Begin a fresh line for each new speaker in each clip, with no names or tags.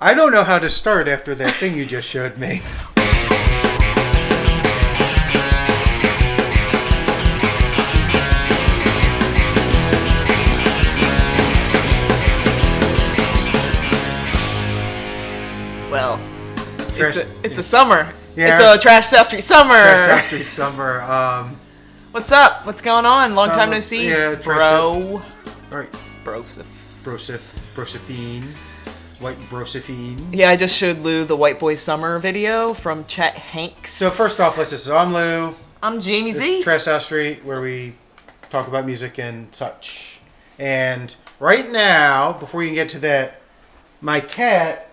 I don't know how to start after that thing you just showed me.
Well,
Trash-
it's a, it's a summer.
Yeah.
It's a Trash South Street summer.
Trash South Street Summer. Um,
What's up? What's going on? Long time
Uh,
no see.
yeah, Trash
bro.
all right,
Broseph.
Brosif, Brosifine, White Brosifine.
Yeah, I just showed Lou the White Boy Summer video from Chet Hanks.
So first off, let's just. So I'm Lou.
I'm Jamie
This
Z.
is Trash South Street, where we talk about music and such. And right now, before you can get to that, my cat,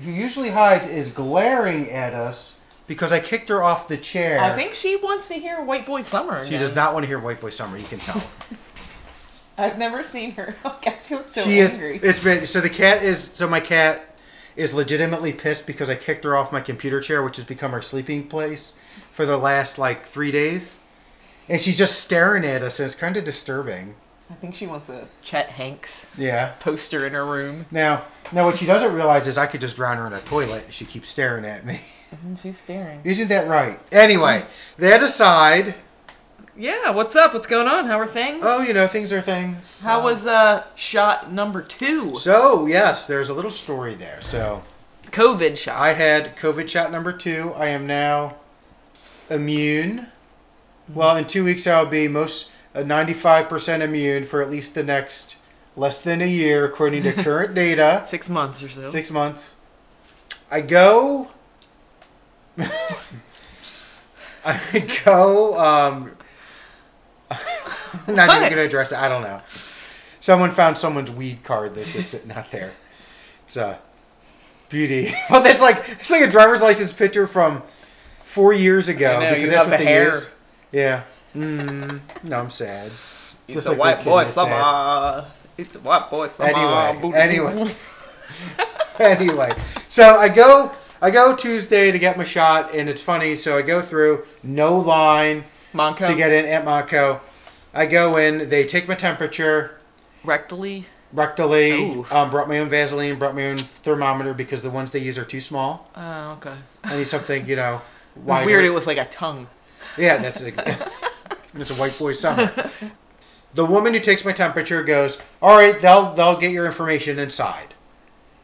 who usually hides, is glaring at us because I kicked her off the chair.
I think she wants to hear White Boy Summer.
she does not want to hear White Boy Summer. You can tell.
I've never seen her. Oh God, she looks so
she is.
angry.
It's been so the cat is so my cat is legitimately pissed because I kicked her off my computer chair, which has become her sleeping place for the last like three days, and she's just staring at us, and it's kind of disturbing.
I think she wants a Chet Hanks
Yeah.
poster in her room.
Now, now what she doesn't realize is I could just drown her in a toilet. She keeps staring at me.
And she's staring.
Isn't that right? Anyway, that aside,
Yeah, what's up? What's going on? How are things?
oh, you know, things are things.
How was uh shot number two?
So yes, there's a little story there. So
COVID shot.
I had COVID shot number two. I am now immune. Well, in two weeks I'll be most uh, 95% immune for at least the next less than a year, according to current data.
Six months or so.
Six months. I go. I go. Um, I'm not
What?
even gonna address it. I don't know. Someone found someone's weed card that's just sitting out there. It's a beauty. Well, that's like it's like a driver's license picture from four years ago
I know, you
that's
have
what
the
they
hair.
use. Yeah. Mm, no, I'm sad.
It's
Just
a
like
white
that kid
boy
that's sad.
summer. It's a white boy summer. Ah,
Anyway,
Boo-
anyway, anyway. So I go, I go Tuesday to get my shot, and it's funny. So I go through no line
Monco.
to get in at Monco. I go in, they take my temperature
um, Rectally. Ooh.
rectally. Um, brought my own Vaseline, brought my own thermometer because the ones they use are too small.
Oh, okay.
I need something, you know, wider.
Weird, it was like a tongue.
Yeah, that's a, that's a white boy summer. The woman who takes my temperature goes, "All right, they'll they'll get your information inside."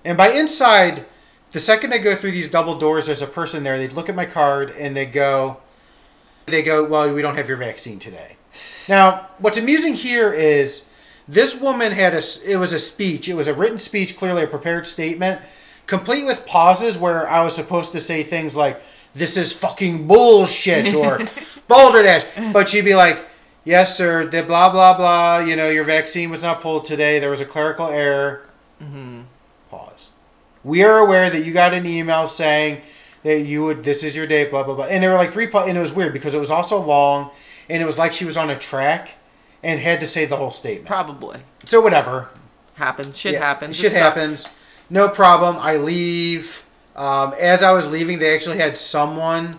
And by inside, the second I go through these double doors, there's a person there. They look at my card and they go, "They go, well, we don't have your vaccine today." Now, what's amusing here is this woman had a s- it was a speech. It was a written speech, clearly a prepared statement, complete with pauses where I was supposed to say things like "This is fucking bullshit" or "Balderdash," but she'd be like, "Yes, sir. The blah blah blah. You know, your vaccine was not pulled today. There was a clerical error." Pause. We are aware that you got an email saying that you would. This is your day. Blah blah blah. And there were like three. pa- And it was weird because it was also long, and it was like she was on a track and had to say the whole statement.
Probably.
So whatever.
Happens. Shit
Yeah,
happens.
Shit
It sucks.
happens. No problem. I leave. Um, as I was leaving, they actually had someone.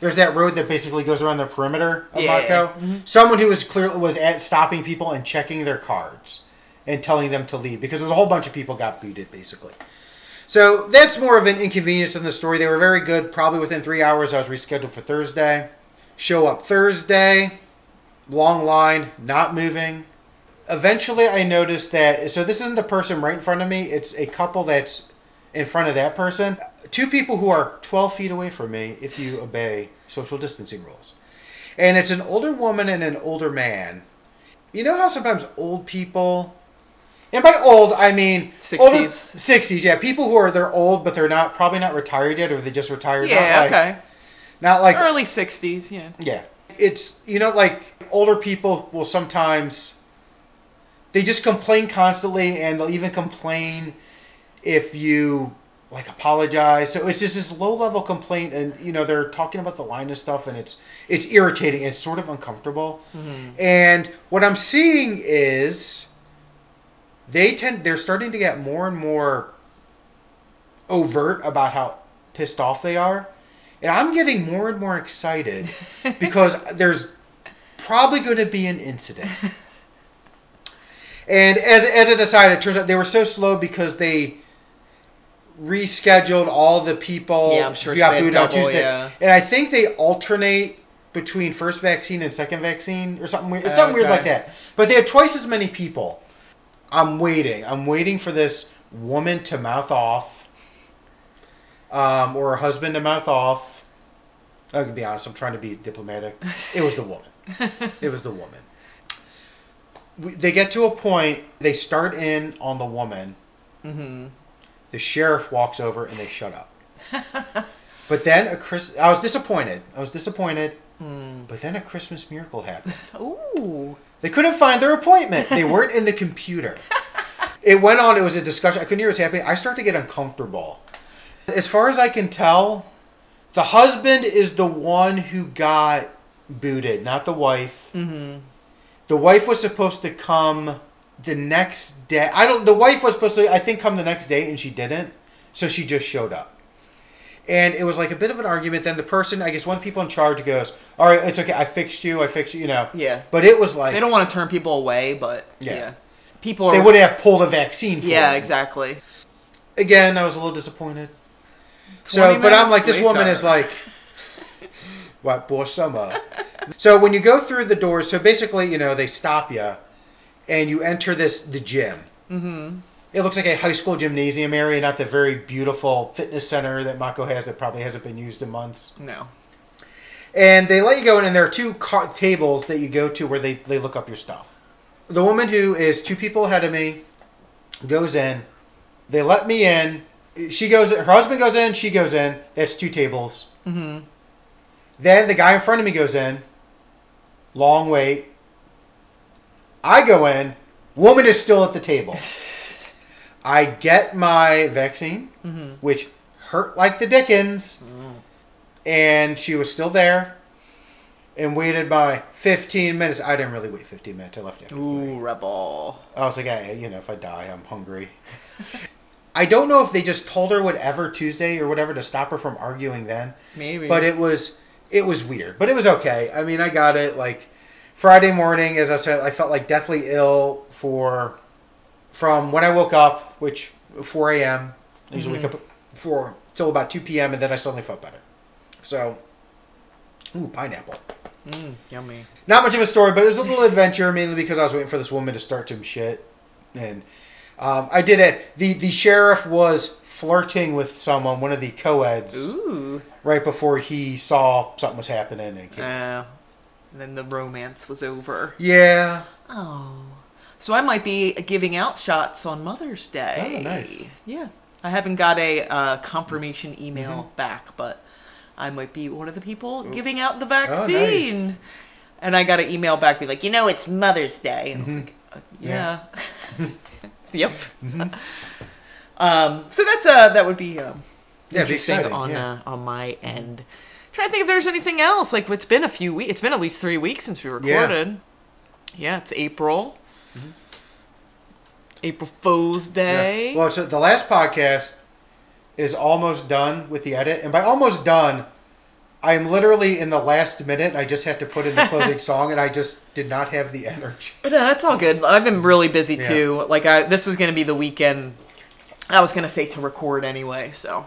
There's that road that basically goes around the perimeter of
Yeah. Mm-hmm.
Marco. Someone who was clearly was at stopping people and checking their cards and telling them to leave because there was a whole bunch of people got booted basically. So that's more of an inconvenience in the story. They were very good. Probably within three hours, I was rescheduled for Thursday. Show up Thursday. Long line, not moving eventually I noticed that so this isn't the person right in front of me, it's a couple that's in front of that person. Two people who are 12 feet away from me if you obey social distancing rules. And it's an older woman and an older man. You know how sometimes old people and by old I mean
60s.
older- 60s, yeah, people who are they're old but they're not probably not retired yet or they just retired
Yeah,
not like
okay.
not like
Early 60s, yeah.
yeah. It's, you know, like older people will sometimes, they just complain constantly and they'll even complain if you, like, apologize. So it's just this low level complaint and, you know, they're talking about the line and stuff and it's, it's irritating. It's sort of uncomfortable. And what I'm seeing is they tend, they're starting to get more and more overt about how pissed off they are. And I'm getting more and more excited because there's probably going to be an incident. And as, as it aside, it turns out they were so slow because they rescheduled all the people
Yeah, I'm sure
who
so
got
they had
booed on
double,
Tuesday.
yeah.
And I think they alternate between first vaccine and second vaccine or something weird. It's something weird
Okay.
like that. But they had twice as many people. I'm waiting. I'm waiting for this woman to mouth off. Um, or her husband to mouth off. I can be honest, I'm trying to be diplomatic. It was the woman. it was the woman. We- They get to a point, they start in on the woman. The sheriff walks over and they shut up. but then a Chris, I was disappointed. I was disappointed. But then a Christmas miracle happened.
Ooh.
They couldn't find their appointment. They weren't in the computer. It went on. It was a discussion. I couldn't hear what's happening. I start to get uncomfortable. As far as I can tell, the husband is the one who got booted, not the wife. Mm-hmm. The wife was supposed to come the next day. I don't. The wife was supposed to, I think, come the next day, and she didn't. So she just showed up. And it was like a bit of an argument. Then the person, I guess, one of the people in charge goes, "All right, it's okay. I fixed you. I fixed you. You know."
Yeah.
But it was like
They don't want to turn people away, but
Yeah.
yeah. People are.
they would have pulled a vaccine. For
Yeah,
him.
exactly.
Again, I was a little disappointed.
20
So, but I'm
minutes
like, this woman
later.
is like, what boy summer. so when you go through the doors, so basically, you know, they stop you, and you enter this the gym. Mm-hmm. It looks like a high school gymnasium area, not the very beautiful fitness center that Mako has that probably hasn't been used in months.
No.
And they let you go in, and there are two car- tables that you go to where they, they look up your stuff. The woman who is two people ahead of me goes in. They let me in. She goes. Her husband goes in. She goes in. That's two tables. Mm-hmm. Then the guy in front of me goes in. Long wait. I go in. Woman is still at the table. I get my vaccine, which hurt like the dickens and she was still there and waited by 15 minutes. I didn't really wait 15 minutes. I left after three.
Ooh, rebel.
I was like, hey, you know, if I die, I'm hungry. I don't know if they just told her whatever Tuesday or whatever to stop her from arguing then.
Maybe.
But it was it was weird. But it was okay. I mean, I got it. Like Friday morning, as I said, I felt like deathly ill for from when I woke up, which 4 a.m. I usually wake up at 4 till about 2 p.m. and then I suddenly felt better. So, ooh, pineapple.
Mm, yummy.
Not much of a story, but it was a little adventure, mainly because I was waiting for this woman to start some shit, and um, I did it. the The sheriff was flirting with someone, one of the co-eds,
Ooh.
right before he saw something was happening. And came.
Uh, and then the romance was over.
yeah,
Oh. So I might be giving out shots on Mother's Day.
Oh, nice.
Yeah. I haven't got a uh, confirmation email
Mm-hmm.
back, but I might be one of the people
Oh.
giving out the vaccine. And I got an email back, be like, you know, it's Mother's Day. And I was
Mm-hmm.
like, uh, yeah. yep.
Mm-hmm.
um, so that's uh, that would be um,
Yeah, it'd be
interesting
exciting,
on
yeah.
uh, on my end. Trying to think if there's anything else. Like, it's been a few weeks. It's been at least three weeks since we recorded. Yeah, it's April. April Fool's Day.
Mm-hmm. Yeah. Well, so the last podcast is almost done with the edit, and by almost done, I am literally in the last minute. I just had to put in the closing song, and I just did not have the energy.
But, uh, it's all good. I've been really busy
Yeah.
too. Like I, this was going to be the weekend. I was going to say to record anyway. So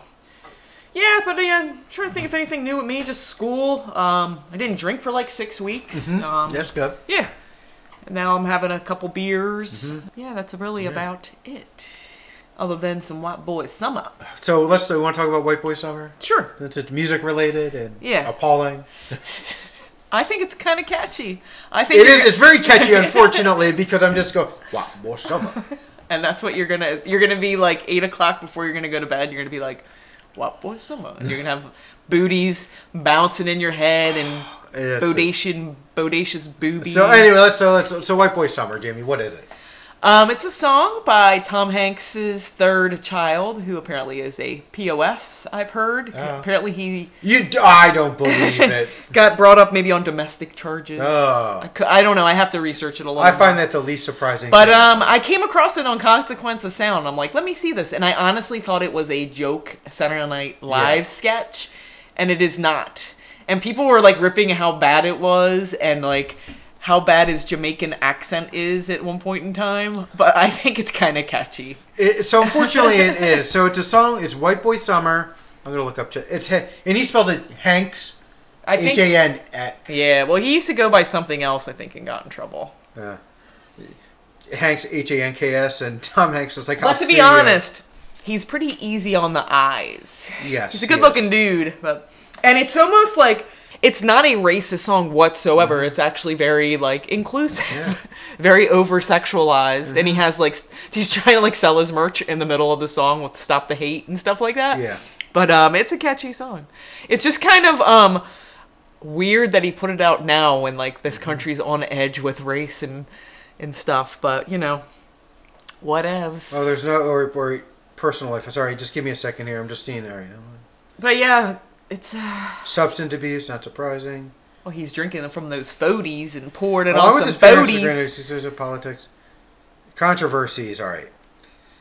yeah, but uh, yeah, I'm trying to think if anything new with me. Just school. Um, I didn't drink for like six weeks. Um,
That's good.
Yeah. And now I'm having a couple beers.
Mm-hmm.
Yeah, that's really about it. Other than some white boy summer.
So let's. Do we want to talk about White Boy Summer?
Sure.
Since it's music related and
Yeah.
appalling.
I think it's kind of catchy. I think
It
you're-
is. It's very catchy, unfortunately, because I'm just going, wow, more summer.
and that's what you're gonna you're gonna be like eight o'clock before you're gonna go to bed you're gonna be like what boy summer and you're gonna have booties bouncing in your head and
Yeah, it's
bodacious bodacious boobies
So anyway, let's so let's so White Boy Summer, Jamie. What is it?
um, it's a song by tom hanks's third child who apparently is a pos i've heard
Oh.
apparently he
You, d- I don't believe it.
got brought up maybe on domestic charges
Oh.
I, cou- I don't know i have to research it a little
I
more.
find that the least surprising.
But
thing.
um, I came across it on Consequence of Sound. I'm like, let me see this, and I honestly thought it was a joke Saturday Night Live
Yeah.
sketch, and it is not. And people were like ripping how bad it was, and like how bad his Jamaican accent is at one point in time, but I think it's kind of catchy.
It, so unfortunately, it is. So it's a song. It's White Boy Summer. I'm gonna look up to it's Ha- and he spelled it Hanks.
I
H
think.
A N X.
Yeah, well, he used to go by something else, I think, and got in trouble.
Yeah. uh, Hanks H A N K S and Tom Hanks was like.
But
"I'll
to
see
be
ya."
honest, he's pretty easy on the eyes.
Yes,
He's a
he is.
good looking dude, but and it's almost like it's not a racist song whatsoever.
Mm-hmm.
It's actually very like inclusive, very over sexualized, and
Mm-hmm.
he has like s- he's trying to like sell his merch in the middle of the song with "Stop the Hate" and stuff like that.
Yeah.
but um, it's a catchy song. It's just kind of um weird that he put it out now when like this
Mm-hmm.
country's on edge with race and and stuff. But you know, whatevs.
Oh, there's no or, or personal life. Sorry, just give me a second here. I'm just seeing. All right.
But yeah, it's. Uh,
Substance abuse, not surprising.
well, he's drinking them from those fodies and poured it
Along
on
with
some
his parents'
fodies.
disagreements, there's a politics. Controversies, all right.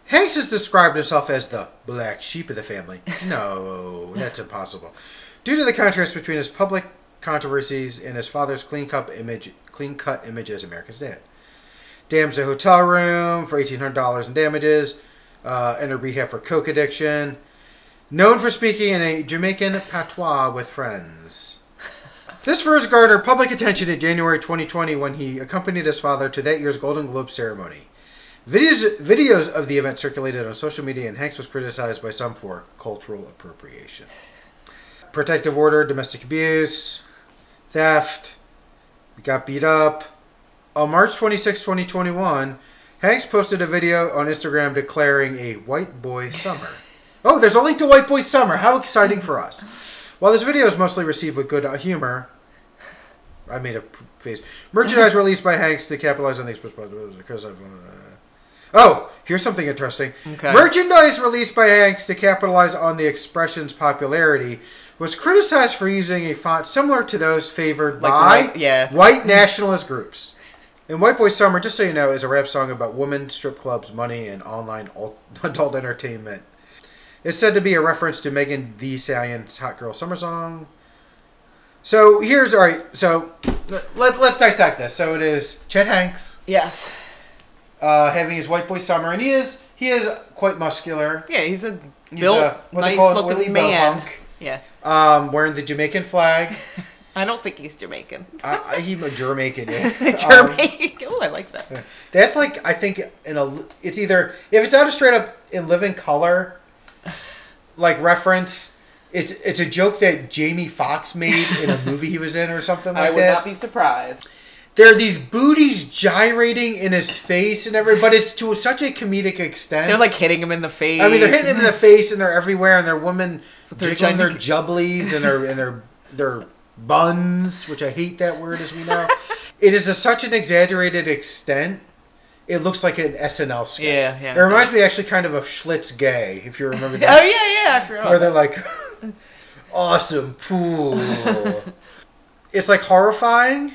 Hanks has described himself as the black sheep of the family. No, that's impossible. Due to the contrast between his public controversies and his father's clean cut image, clean cut image as America's dad. Damns a hotel room for eighteen hundred dollars in damages, uh, and a rehab for coke addiction. Known for speaking in a Jamaican patois with friends. This first garnered public attention in January 2020 when he accompanied his father to that year's Golden Globe ceremony. Videos, videos of the event circulated on social media, and Hanks was criticized by some for cultural appropriation. Protective order, domestic abuse, theft, got beat up. On March 26, 2021, Hanks posted a video on Instagram declaring a white boy summer. Oh, there's a link to White Boy Summer. How exciting for us. While this video is mostly received with good humor, I made a p- face. Merchandise released by Hanks to capitalize on the express because I've. Uh, oh, here's something interesting.
Okay.
Merchandise released by Hanks to capitalize on the expression's popularity was criticized for using a font similar to those favored
Like
by
white- yeah.
white nationalist groups. And White Boy Summer, just so you know, is a rap song about women, strip clubs, money, and online alt- adult entertainment. It's said to be a reference to Megan Thee Stallion's Hot Girl Summer song. So here's all right. So let, let's dissect this. So it is Chet Hanks
Yes.
uh, having his White Boy Summer, and he is he is quite muscular,
Yeah, he's a
He's
built,
a- what they
nice
call an oily
looking
bow
man.
hunk.
Yeah.
um, wearing the Jamaican flag. Uh,
I don't think he's Jamaican.
I, I, he's a Jamaican. yeah. Um,
Jamaican. oh, I like that.
That's like I think in a it's either if it's not a straight up in living color like reference, it's it's a joke that Jamie Foxx made in a movie he was in or something like
I would
that.
not be surprised.
there are these booties gyrating in his face and everything, but it's to such a comedic extent.
They're like hitting him in the face.
I mean, they're hitting him in the face and they're everywhere and they're women
their
jiggling their
giant-
jubblies and their and their their buns, which I hate that word as we know. it is to such an exaggerated extent. It looks like an SNL sketch.
Yeah, yeah.
It reminds me actually kind of of Schlitz Gay, if you remember that
Oh yeah, yeah. I forgot.
where they're like, awesome pool. it's like horrifying,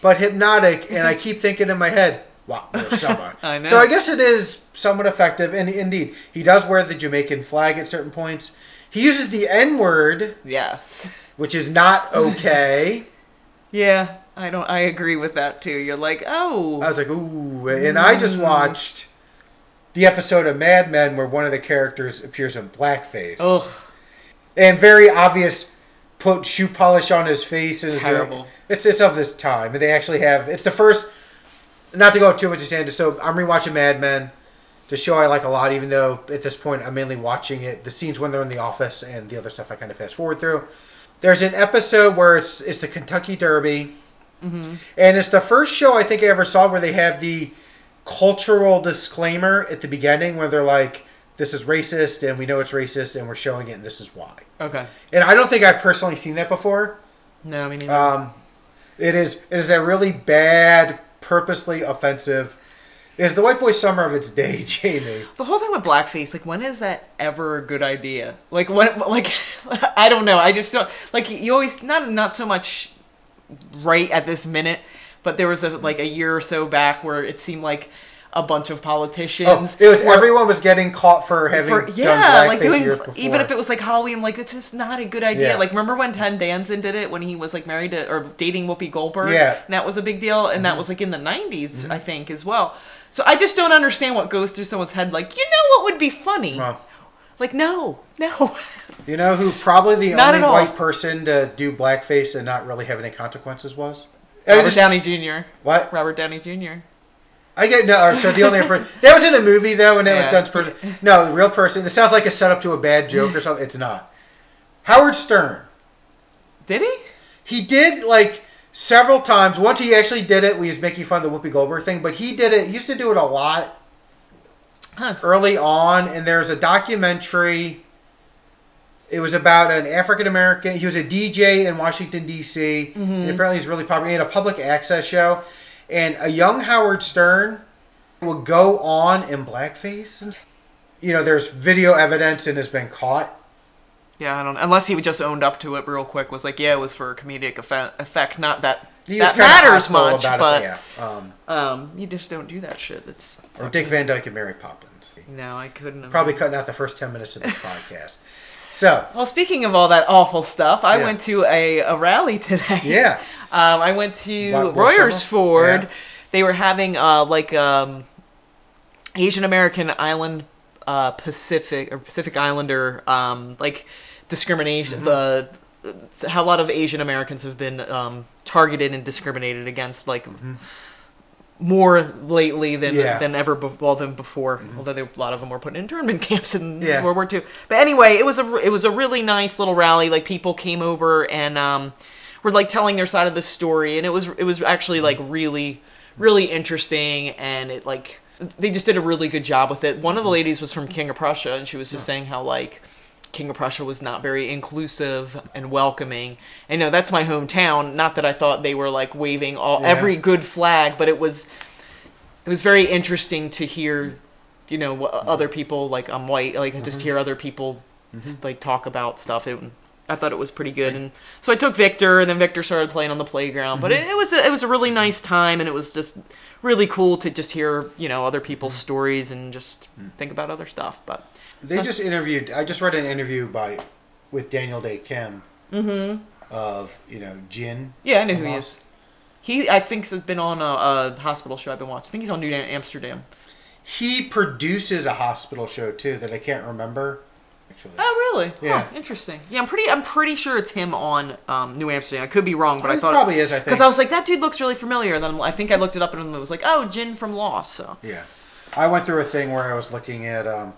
but hypnotic. And I keep thinking in my head, wow, no summer.
I know.
So I guess it is somewhat effective. And indeed, he does wear the Jamaican flag at certain points. He uses the N word,
yes.
which is not okay.
Yeah, I don't. I agree with that too. You're like,
I
oh,
was like, ooh. And I just watched the episode of Mad Men where one of the characters appears in blackface.
ugh.
and very obvious put shoe polish on his face and is doing-
Terrible.
it's it's of this time and they actually have it's the first not to go too much into so i'm rewatching mad men the show i like a lot even though at this point i'm mainly watching it the scenes when they're in the office and the other stuff i kind of fast forward through there's an episode where it's it's the kentucky derby and it's the first show i think i ever saw where they have the cultural disclaimer at the beginning where they're like this is racist and we know it's racist and we're showing it and this is why
Okay.
and I don't think I've personally seen that before.
No, I mean,
Um, it is it is a really bad, purposely offensive. It is the white boy summer of its day, Jamie?
The whole thing with blackface, like, when is that ever a good idea? Like, when, like, I don't know. I just don't like. You always not not so much right at this minute, but there was a like a year or so back where it seemed like a bunch of
Oh,
politicians.
it was
or-
everyone was getting caught for having
for
done
yeah,
blackface
like doing
years before.
even if it was like Halloween, I'm like it's just not a good idea.
Yeah.
Like remember when Ted Danson did it when he was like married to or dating Whoopi Goldberg?
Yeah. Mm-hmm.
and that was a big deal, and that was like in the '90s, I think, as well. So I just don't understand what goes through someone's head. Like you know what would be funny?
Well,
Like no, no.
you know who probably the
Not
only
at all.
white person to do blackface and not really have any consequences was. I
Robert
just-
Downey Jr.
what?
Robert Downey Jr.
I get no. or So the only person that was in a movie though, and that was
Yeah.
done person. No, the real person. This sounds like a setup to a bad joke or something. It's not. Howard Stern.
Did he?
He did like several times. Once he actually did it, we was making fun of the Whoopi Goldberg thing, but he did it. He used to do it a lot
Huh.
early on. And there's a documentary. It was about an African American. He was a DJ in Washington D.C.
Mm-hmm.
And apparently, he's really popular. He had a public access show, and a young Howard Stern would go on in blackface. And, you know, there's video evidence and has been caught.
Yeah, I don't. Unless he just owned up to it real quick, was like, yeah, it was for comedic effe- effect. Not that
He was
that
kinda
matters
hostile
much,
about it,
but
yeah. Um,
um, you just don't do that shit. That's
or Dick Van Dyke and Mary Poppins.
no, I couldn't. have-
Probably cutting out the first 10 minutes of this podcast. So,
Well, speaking of all that awful stuff, I
Yeah.
went to a, a rally today.
Yeah.
Um, I went to
Black Wall
Royersford.
Cinema? Yeah.
They were having uh, like um, Asian American Island uh, Pacific or Pacific Islander um, like discrimination.
Mm-hmm.
The how a lot of Asian Americans have been um, targeted and discriminated against, like more lately than
Mm-hmm. Yeah. Mm-hmm.
than ever be- well than before. Although there, a lot of them were put in internment camps in
Yeah.
World War II. But anyway, it was a it was a really nice little rally. Like people came over and um, were like telling their side of the story, and it was it was actually like
Mm-hmm.
really really interesting, and it like they just did a really good job with it. One of the
Mm-hmm.
ladies was from King of Prussia, and she was
Oh.
just saying how like. King of Prussia was not very inclusive and welcoming. And no, that's my hometown. Not that I thought they were like waving all
Yeah.
every good flag, but it was it was very interesting to hear, you know, wh- other people like I'm white, like just hear other people s like talk about stuff. It, I thought it was pretty good, and so I took Victor, and then Victor started playing on the playground. But it, it was a, it was a really nice time, and it was just really cool to just hear you know other people's stories and just think about other stuff. But
they just interviewed, I just read an interview by with Daniel Day Kim of, you know, Jin.
Mm-hmm. yeah, I know who he
Hamas.
is. He I think has been on a, a hospital show I've been watching. I think he's on New Amsterdam.
He produces a hospital show too that I can't remember. Actually,
Oh really?
Yeah.
Huh, interesting. Yeah, I'm pretty. I'm pretty sure it's him on um, New Amsterdam. I could be wrong, but I
It
thought
probably is, I think.
because I was like, that dude looks really familiar. And then I think I looked it up and it was like, oh, Jin from Lost. So
yeah. I went through a thing where I was looking at, um,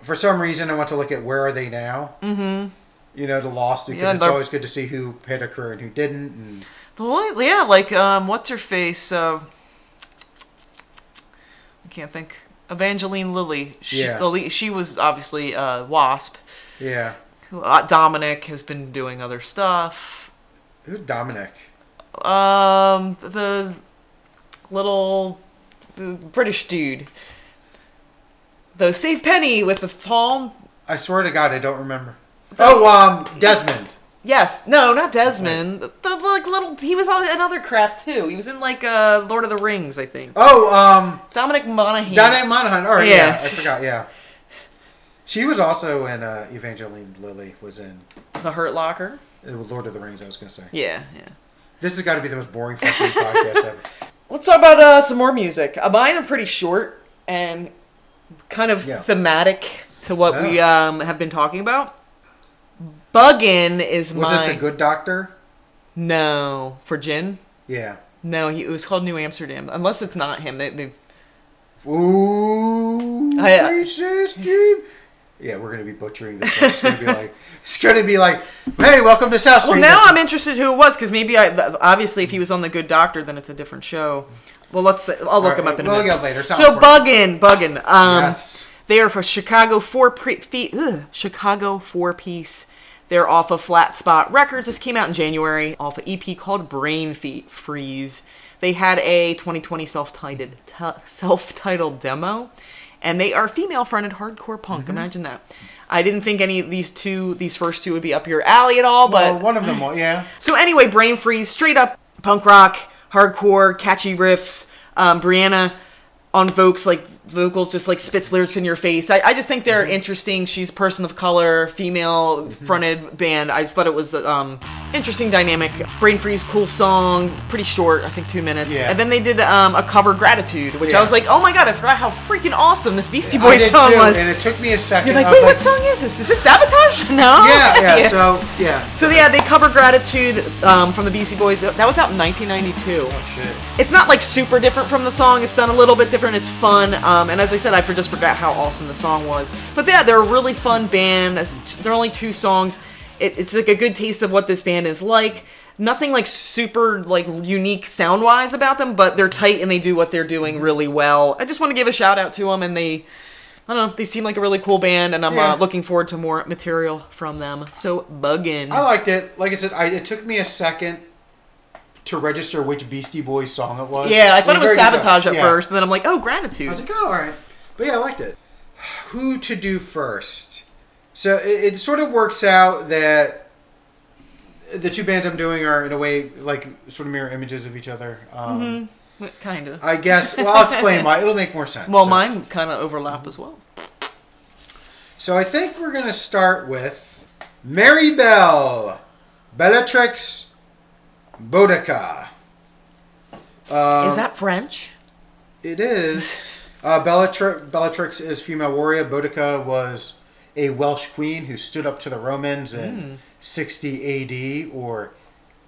for some reason, I went to look at Where Are They Now? Mm-hmm. You know, the Lost, because
Yeah,
it's
they're-
always good to see who had a career and who didn't. And
the one, yeah, like um, what's her face? Uh, I can't think. Evangeline Lilly. She,
Yeah.
the le- she was obviously uh, Wasp.
yeah.
Uh, Dominic has been doing other stuff.
Who's Dominic?
Um, the little the British dude. The Save Penny with the palm.
I swear to God, I don't remember. Oh, um, Desmond.
Yes, no, not Desmond. The, the, like little. He was on another crap too. He was in like uh, Lord of the Rings, I think.
Oh, um,
Dominic Monaghan.
Donna Monahan. All right, yeah.
Yeah.
I forgot. Yeah, she was also in uh, Evangeline Lilly was in
the Hurt Locker.
uh, Lord of the Rings. I was gonna say
Yeah, yeah.
this has got to be the most boring fucking podcast ever.
Let's talk about uh, some more music. Uh, mine are pretty short and kind of
Yeah.
thematic to what we
Yeah.
um, have been talking about. Buggin is
Was
my
it the Good Doctor?
no for Jin.
Yeah.
No, he, it was called New Amsterdam. Unless it's not him. They, they,
Ooh,
I, uh,
racist dude. Yeah, we're gonna be butchering this. One. It's gonna be like it's gonna be like, hey, welcome to South Street.
well, now
That's-
I'm interested who it was because maybe I th- obviously if he was on The Good Doctor, then it's a different show. Well, let's. I'll look
right,
him up in
we'll
a minute.
look it up later. It's not
So buggin,
important.
buggin. Um,
Yes.
They are for Chicago four pre- fee- ugh, Chicago four piece. They're off of Flat Spot Records. This came out in January off an EP called Brain Fe- Freeze. They had a 2020 self-titled t- self-titled demo, and they are female-fronted hardcore punk.
Mm-hmm.
Imagine that. I didn't think any of these two, these first two, would be up your alley at all, but
Well, one of them. wa- Yeah.
so anyway, Brain Freeze, straight up punk rock, hardcore, catchy riffs. Um, Brianna on Vogue's like vocals just like spits lyrics in your face. I, I just think
Mm-hmm.
they're interesting. She's person of color, female fronted band. I just thought it was um interesting dynamic. Brain Freeze, cool song, pretty short, I think two minutes.
Yeah.
And then they did um a cover Gratitude, which
Yeah.
I was like, oh my god, I forgot how freaking awesome this Beastie
I
Boys
did
song
too,
was.
and it took me a 2nd
You're like,
I
wait,
was
what song is this? Is this Sabotage? No.
Yeah, yeah. So yeah.
So yeah, they cover "Gratitude" um, from the Beastie Boys. That was out in 1992.
Oh shit.
It's not like super different from the song. It's done a little bit different. It's fun. Um, and as I said, I for- just forgot how awesome the song was. But yeah, they're a really fun band. It's- They're only two songs. It, it's like a good taste of what this band is like. Nothing like super like unique sound wise about them, but they're tight and they do what they're doing really well. I just want to give a shout out to them and they. I don't know. They seem like a really cool band, and I'm
Yeah.
uh, looking forward to more material from them. So buggin'.
I liked it. Like I said, I, it took me a second to register which Beastie Boys song it was.
Yeah, I thought it was
very good
sabotage
job.
at
Yeah.
first, and then I'm like, oh, gratitude.
I was like, oh, all right. But yeah, I liked it. Who to do first? So it, it sort of works out that the two bands I'm doing are, in a way, like sort of mirror images of each other. Um,
Mm-hmm. kind of.
I guess. Well, I'll explain why. It'll make more sense.
well,
So-
mine kind of overlap as well.
So I think we're going to start with Mary Bell, Bellatrix Bodica. Um,
Is that French?
It is. Uh, Bellatri- Bellatrix is female warrior. Boudica was a Welsh queen who stood up to the Romans in 60 AD or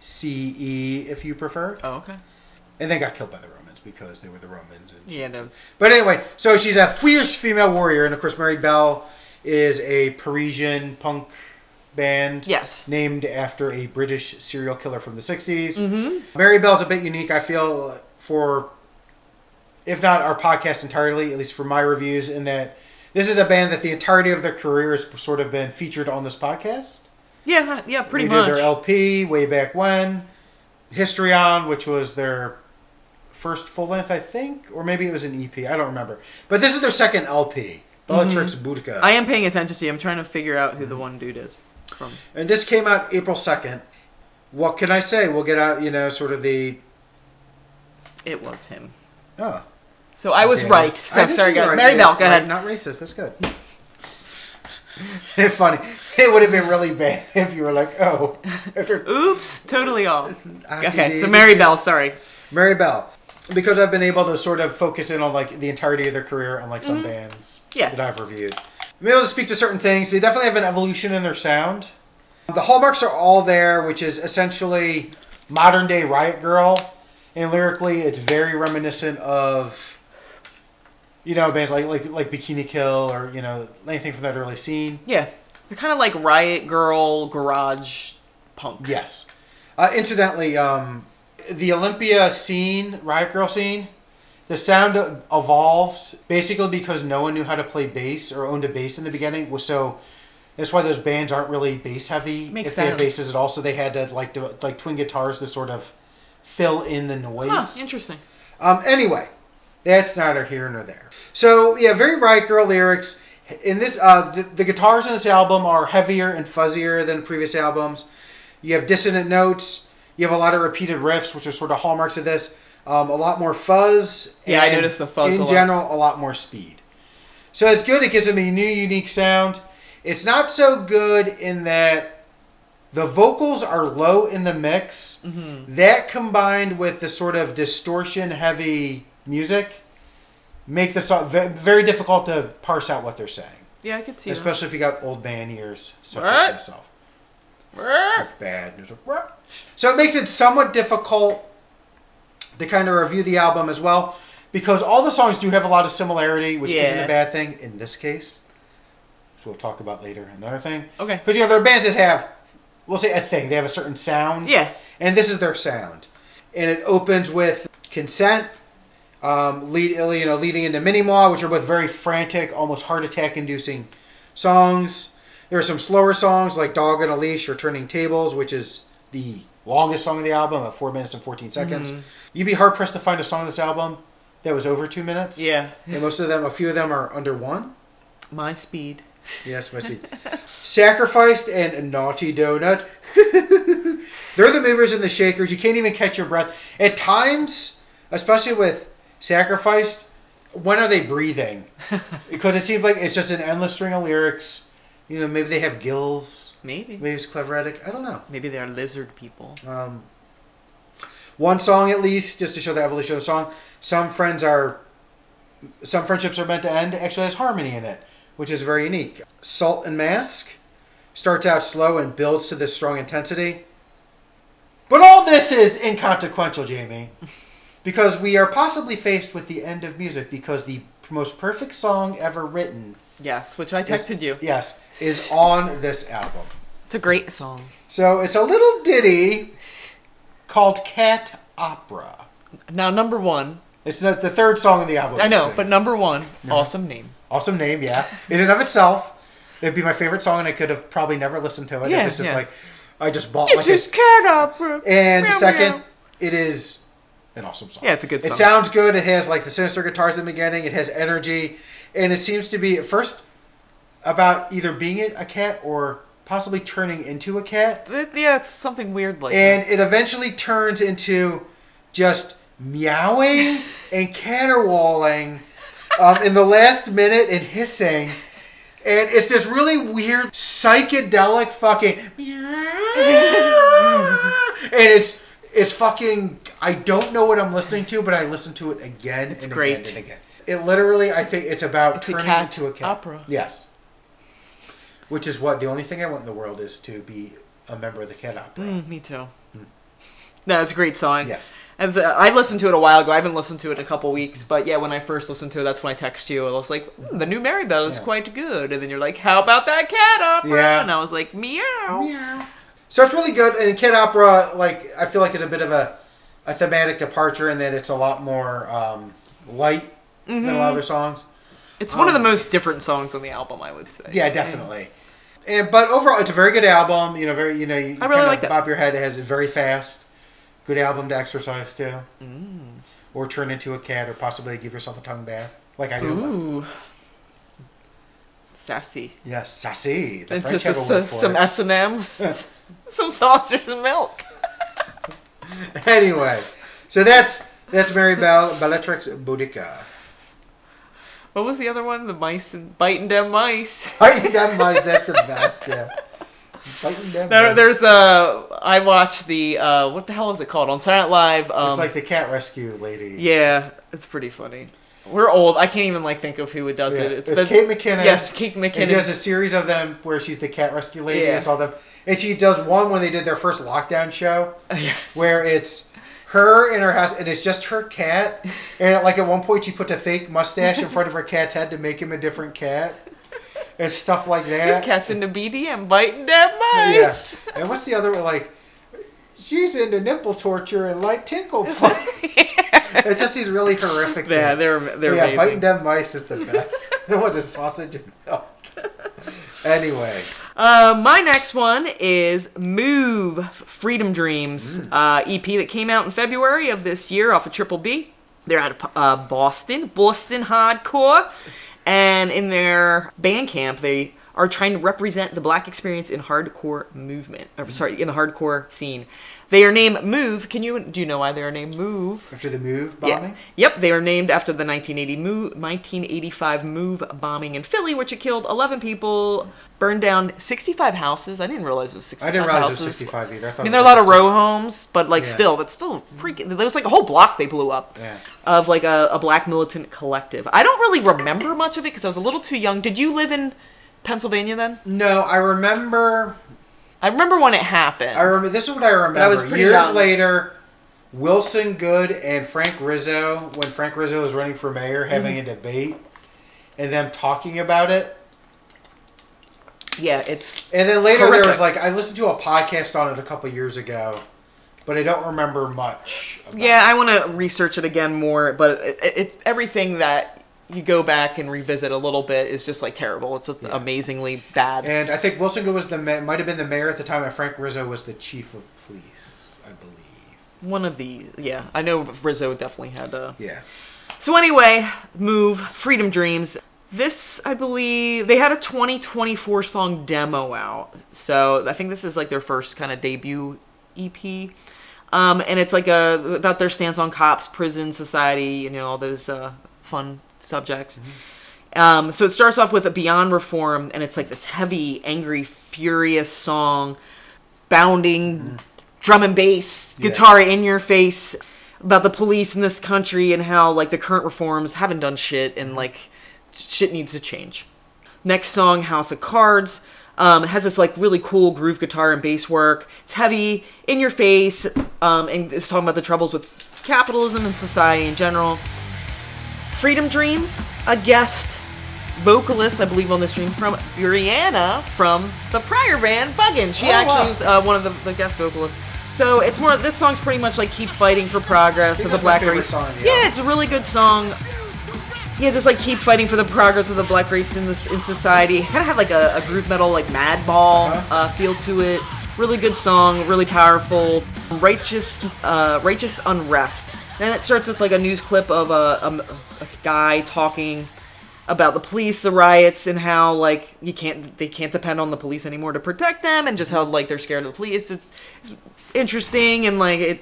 CE, if you prefer.
Oh, okay.
And they got killed by the Romans because they were the Romans. And
Yeah, no.
But anyway, so she's a fierce female warrior. And of course, Mary Bell is a Parisian punk band
Yes.
named after a British serial killer from the 60s. Mm-hmm. Mary Bell's a bit unique, I feel, for, if not our podcast entirely, at least for my reviews, in that this is a band that the entirety of their career has sort of been featured on this podcast.
Yeah, yeah, pretty
we
much.
did their LP way back when, Histrion, which was their first full length, I think, or maybe it was an EP. I don't remember. But this is their second LP, Bellatrix Boudica.
I am paying attention to you. I'm trying to figure out who the one dude is from.
And this came out April 2nd. What can I say? We'll get out, you know, sort of the.
It was him.
Oh.
So I was
yeah.
right. So
I did
sorry,
say you
guys.
were right.
Mary
Yeah,
Bell, go
right,
ahead.
Not racist. That's good. Funny. It would have been really bad if you were like, oh.
Oops, totally off.
I
Okay,
did.
so Mary Bell, sorry.
Mary Bell. Because I've been able to sort of focus in on like the entirety of their career, unlike some bands
Yeah.
that I've reviewed. I'm able to speak to certain things. They definitely have an evolution in their sound. The hallmarks are all there, which is essentially modern day Riot Girl. And lyrically, it's very reminiscent of, you know, bands like like, like Bikini Kill or, you know, anything from that early scene.
Yeah. They're kind of like Riot Girl, Garage Punk.
Yes. Uh, incidentally, um, the Olympia scene, Riot Girl scene, the sound evolved basically because no one knew how to play bass or owned a bass in the beginning. So that's why those bands aren't really bass heavy
Makes
if they have
sense.
basses at all. So they had to like do, like twin guitars to sort of fill in the noise.
Huh, interesting.
Um, anyway, that's neither here nor there. So yeah, very right girl lyrics. In this, uh, the, the guitars in this album are heavier and fuzzier than previous albums. You have dissonant notes. You have a lot of repeated riffs, which are sort of hallmarks of this. Um, a lot more fuzz.
Yeah, I
and
noticed the fuzz
In
a lot.
general, a lot more speed. So it's good. It gives them a new, unique sound. It's not so good in that the vocals are low in the mix.
Mm-hmm.
That combined with the sort of distortion heavy music make the song ve- very difficult to parse out what they're saying,
Yeah, I could see that.
especially if you got old man ears such
What?
as myself. Bad. There's a- So it makes it somewhat difficult to kind of review the album as well because all the songs do have a lot of similarity, which isn't
Yeah.
a bad thing in this case. Which we'll talk about later. Another thing.
Okay.
Because you know there are bands that have, we'll say a thing. They have a certain sound.
Yeah.
And this is their sound, and it opens with consent, um, lead you know leading into mini maw, which are both very frantic, almost heart attack inducing songs. There are some slower songs like Dog on a Leash or Turning Tables, which is the longest song of the album at four minutes and fourteen seconds. You'd be hard pressed to find a song on this album that was over two minutes.
Yeah.
And most of them, a few of them are under one.
My speed.
Yes, my seat. Sacrificed and Naughty Donut. They're the movers and the shakers. You can't even catch your breath. At times, especially with Sacrificed, when are they breathing? because it seems like it's just an endless string of lyrics. You know, maybe they have gills.
Maybe.
Maybe it's cleveretic. I don't know.
Maybe they're lizard people.
Um, one song at least, just to show the evolution of the song. Some friends are, some friendships are meant to end. Actually, has harmony in it, which is very unique. Salt and Mask starts out slow and builds to this strong intensity. But all this is inconsequential, Jamie, because we are possibly faced with the end of music because the most perfect song ever written.
Yes, which I
is-
texted you.
Yes, is on this album.
It's a great song.
So it's a little ditty called Cat Opera.
Now, number one.
It's not the third song in the album.
I know,
actually.
but number one, awesome name.
awesome name, yeah. In and of itself, it'd be my favorite song, and I could have probably never listened to it.
Yeah,
if it's just
yeah.
like I just bought
It's
like
just
a,
cat opera.
and
Meow,
second,
meow.
it is an awesome song.
Yeah, it's a good
It
song.
sounds good. It has like the sinister guitars in the beginning. It has energy, and it seems to be at first about either being a cat or possibly turning into a cat.
It- yeah, it's something weird like
and it eventually turns into just meowing and caterwauling um, in the last minute and hissing. And it's this really weird psychedelic fucking and it's it's fucking I don't know what I'm listening to, but I listen to it again it's and
great.
again and again. It literally I think it's about
It's a
turning
cat
into a cat.
opera.
Yes. Which is what the only thing I want in the world is to be a member of the cat opera.
that. Mm, me too. No, it's a great song.
Yes.
And so- I listened to it a while ago. I haven't listened to it in a couple weeks, but yeah, when I first listened to it, that's when I texted you. I was like, "Hmm, "The new Mary Bell is
Yeah.
quite good," and then you're like, "How about that cat opera?"
Yeah.
And I was like, "Meow."
So it's really good, and Kid Opera, like I feel like, is a bit of a, a thematic departure in that it's a lot more um, light than a
Mm-hmm.
lot of their songs.
It's one of the most different songs on the album, I would say.
Oh. Yeah, definitely. And but overall, it's a very good album. You know, very you know you
I really
kind
like
of
that.
bob your head. It has it very fast. Good album to exercise to,
Mm.
or turn into a cat, or possibly give yourself a tongue bath, like I do.
Ooh. Sassy.
Yes, sassy. The
Into
French have a
s-
word
s-
for
some
it.
S and M, some sausage and milk.
anyway, so that's that's Mary Bell Bellatrix Boudica.
What was the other one? The mice and biting them mice.
Biting them mice, that's the best, yeah. Biting them
There,
mice.
there's uh, I watched the uh, what the hell is it called on Saturday Night Live? Um,
It's like the cat rescue lady.
yeah, it's pretty funny. We're old. I can't even like think of who it does
Yeah.
it.
It's Kate McKinnon.
Yes, Kate
And she
McKinnon.
has a series of them where she's the cat rescue lady
Yeah.
and it's all them. And she does one when they did their first lockdown show
yes.
where it's her in her house and it's just her cat. And like at one point she puts a fake mustache in front of her cat's head to make him a different cat. And stuff like that.
This cat's into BDM, biting them
Yeah.
mice.
And what's the other one? Like, she's into nipple torture and light tinkle play. It's just these really horrific.
Yeah,
things.
they're they're
yeah,
amazing.
biting dead mice is the best. no one's a sausage and milk. Anyway,
Uh, my next one is Move Freedom Dreams uh, EP that came out in February of this year off of Triple B. They're out of uh, Boston, Boston Hardcore. And in their band camp, they are trying to represent the black experience in hardcore movement. Or, sorry, in the hardcore scene. They are named Move. Can you, do you know why they are named Move?
after the move
Yeah.
bombing,
Yep, they were named after the 1980 move, 1985 move bombing in Philly, which had killed 11 people, burned down 65 houses. I didn't realize it was 65
I didn't realize
houses.
it was 65 either. I, thought
I mean,
it
there are
was
a lot of
just-
row homes, but like
Yeah.
still, that's still freaking. There was like a whole block they blew up
Yeah.
of like a, a black militant collective. I don't really remember much of it because I was a little too young. Did you live in Pennsylvania then?
No, I remember.
I remember when it happened.
I remember. This is what I remember.
was pretty
Years
young.
later, Wilson Good and Frank Rizzo, when Frank Rizzo was running for mayor, having
Mm-hmm.
a debate, and them talking about it.
yeah, it's
And then later
Horrific.
there was like I listened to a podcast on it a couple years ago, but I don't remember much. About
Yeah, I want to research it again more, but it, it, everything that you go back and revisit a little bit is just like terrible. It's amazingly bad.
it. And I think Wilson Good was the ma- might have been the mayor at the time, and Frank Rizzo was the chief of police, I believe.
One of the yeah, I know Rizzo definitely had a.
Yeah.
So anyway, move Freedom Dreams. This I believe they had a 2024 song demo out. So I think this is like their first kind of debut E EP. Um, and it's like a about their stance on cops, prison, society, you know, all those uh, fun subjects. Um, so it starts off with a Beyond Reform, and it's like this heavy, angry, furious song, bounding drum and bass,
Yeah.
guitar in your face about the police in this country and how like the current reforms haven't done shit and like shit needs to change. Next song, House of Cards. Um, it has this like really cool groove guitar and bass work. It's heavy, in your face, um, and it's talking about the troubles with capitalism and society in general. Freedom Dreams, a guest vocalist, I believe, on this dream from Brianna from the prior band Buggin. She
Oh, wow.
actually was uh, one of the, the guest vocalists. So it's more. This song's pretty much like keep fighting for progress
think
of the
that's my
black
favorite
race.
song on the
yeah,
album.
it's a really good song. Yeah, just like keep fighting for the progress of the black race in this in society. Kind of have like a, a groove metal like Madball uh
Uh-huh.
feel to it. Really good song, really powerful. Righteous, uh, righteous unrest. Then it starts with like a news clip of a, a, a guy talking about the police, the riots, and how like you can't they can't depend on the police anymore to protect them, and just how like they're scared of the police. It's, it's interesting and like it,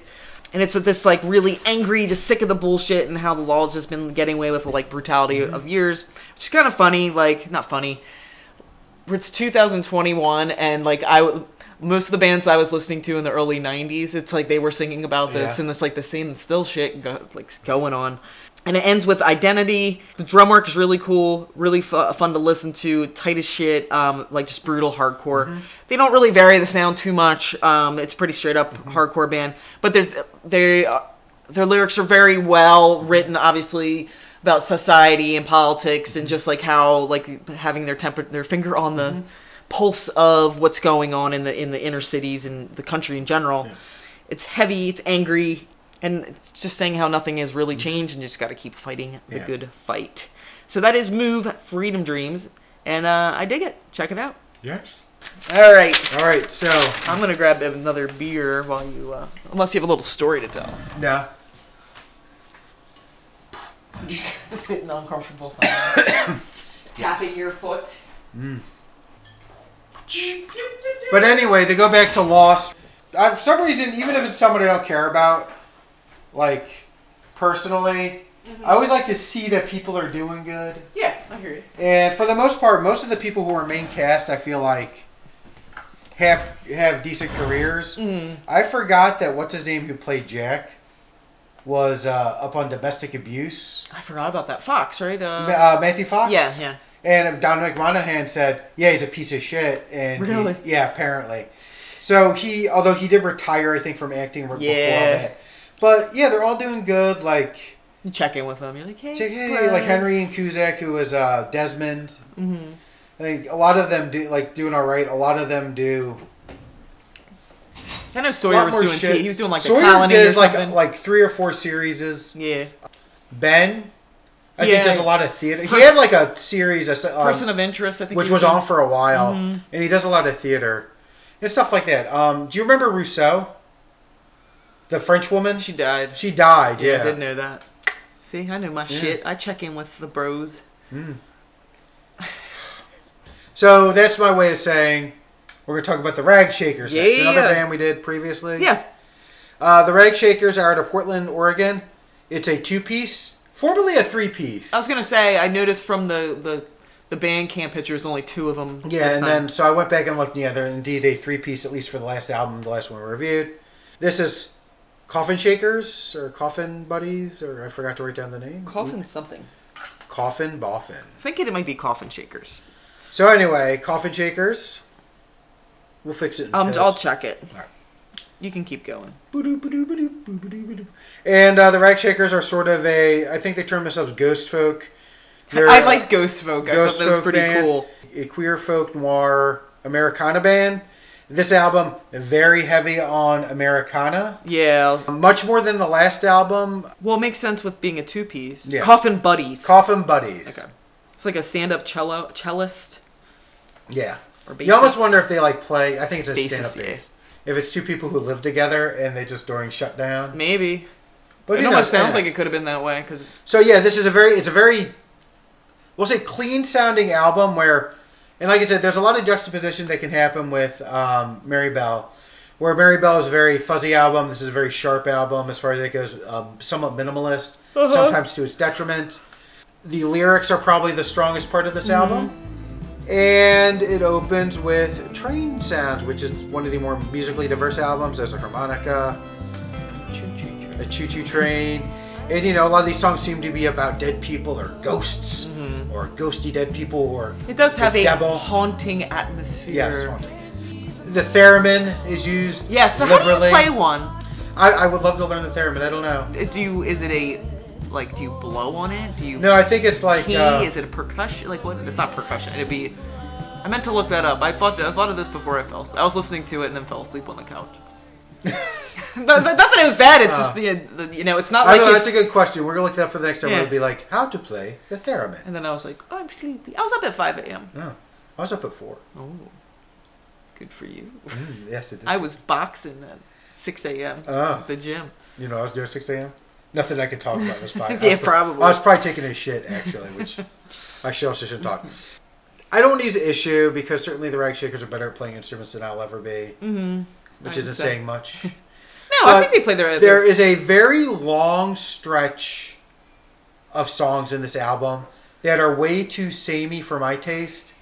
and it's with this like really angry, just sick of the bullshit, and how the law's just been getting away with like brutality of years, which is kind of funny. Like not funny. It's 2021, and like I. Most of the bands I was listening to in the early '90s, it's like they were singing about this,
Yeah.
and it's like the same still shit go, like going on. And it ends with identity. The drum work is really cool, really fu- fun to listen to, tight as shit, um, like just brutal hardcore. They don't really vary the sound too much. Um, it's pretty straight up hardcore band, but they're they uh, their lyrics are very well written, obviously about society and politics and just like how like having their temper their finger on the pulse of what's going on in the in the inner cities and the country in general. It's heavy, it's angry, and it's just saying how nothing has really changed and you just got to keep fighting the
Mm-hmm. Yeah.
good fight. So that is Move Freedom Dreams, and uh, I dig it. Check it out.
Yes.
All right,
All right. So
I'm gonna grab another beer while you, uh, unless you have a little story to tell.
no.
Just sitting uncomfortable somewhere, tapping your foot.
Mm. But anyway, to go back to Lost, I, for some reason, even if it's someone I don't care about, like personally, I always like to see that people are doing good.
Yeah, I hear you.
And for the most part, most of the people who are main cast, I feel like have have decent careers.
Mm-hmm.
I forgot that what's his name who played Jack was uh, up on domestic abuse.
I forgot about that fox, right? Uh,
Ma- Uh, Matthew Fox.
Yeah, yeah.
And Dominic Monaghan said, "Yeah, he's a piece of shit." And he-
Really?
yeah, apparently. So he, although he did retire, I think from acting right
Yeah.
before that. But yeah, they're all doing good. Like,
you check in with them. You're like, hey,
check- hey,
Bryce.
like Henry and Kuzak, who was uh, Desmond. Mm-hmm. Like a lot of them do, like doing all right. A lot of them do.
I know
A
Sawyer
lot
was
more
doing
shit.
He was doing like the
Sawyer
colony
does
or
like
something.
like three or four series.
yeah,
Ben, I
Yeah.
think does a lot of theater.
Pers-
he had like a series. a se- um,
person of Mm-hmm. interest. I think,
which
he
was
in.
on for a while, and he does a lot of theater and stuff like that. Um, do you remember Rousseau, the French woman?
She died.
she died.
yeah,
Yeah,
I did know that. See, I know my shit. I check in with the bros.
so that's my way of saying we're going to talk about the Rag Shakers. next,
Yeah.
another band we did previously.
Yeah,
uh, the Rag Shakers are out of Portland, Oregon. It's a two-piece, formerly a three-piece.
I was gonna say I noticed from the the the band camp pictures only two of them.
Yeah, and then so I went back and looked. Yeah, they're indeed a three piece, at least for the last album, the last one we reviewed. This is Coffin Shakers or Coffin Buddies, or I forgot to write down the name.
coffin something.
Coffin Boffin.
I think it might be coffin shakers.
So anyway, Coffin Shakers. We'll fix it. In
Um,
post.
I'll check it.
All right.
You can keep going.
Boo-doo, boo-doo, boo-doo, boo-doo, boo-doo. And uh, the Rag Shakers are sort of a. I think they term themselves ghost folk. They're
I
a
like Ghost Folk. I
ghost
thought that was
folk
pretty
band,
cool.
A queer folk noir Americana band. This album very heavy on Americana,
Yeah.
much more than the last album,
Well, it makes sense with being a two piece.
Yeah.
Coffin buddies.
Coffin Buddies.
Okay. It's like a stand up cello cellist.
Yeah.
Or
You almost
bassist.
wonder if they like play. I think it's a
Bassist,
stand-up
yeah.
bass. If it's two people who live together and they just during shutdown.
Maybe.
But
it
who
almost
knows?
sounds
Yeah.
like it could have been that way because
So yeah, this is a very it's a very we'll say clean sounding album where and like I said, there's a lot of juxtaposition that can happen with um, Mary Bell. Where Mary Bell is a very fuzzy album, this is a very sharp album as far as it goes, um, somewhat minimalist, sometimes to its detriment. The lyrics are probably the strongest part of this album. And it opens with Train Sounds, which is one of the more musically diverse albums. There's a harmonica, a choo choo train. And you know, a lot of these songs seem to be about dead people or ghosts or ghosty dead people or
Mm-hmm. It does
the
have a
devil.
haunting atmosphere.
Yes. The theremin is used.
Yeah, so how do
liberally.
you play one?
I, I would love to learn the theremin. I don't know.
Do you, is it a like do you blow on it? Do you
No, I think it's like
key?
uh,
is it a percussion? Like what? It's not percussion. It'd be. I meant to look that up. I thought that, I thought of this before I fell. I was listening to it and then fell asleep on the couch. not, not that it was bad. It's just the, the you know it's not
I
like
don't know,
it's,
that's a good question. We're gonna look that up for the next time.
Yeah.
We'll be like, how to play the theremin.
And then I was like, oh, I'm sleepy. I was up at 5 a.m.
Oh, I was up at four.
Oh, good for you.
Yes, it is.
Mm. I was boxing at 6 a.m.
Ah.
at the gym.
you know, I was there at six a.m. Nothing I could talk about was fine.
Yeah, probably.
I was probably taking a shit actually, which I should also shouldn't talk. I don't need to issue because certainly the rag shakers are better at playing instruments than I'll ever be, mm-hmm. which
I
isn't
think so.
saying much.
No, I think they play their.
There is a very long stretch of songs in this album that are way too samey for my taste,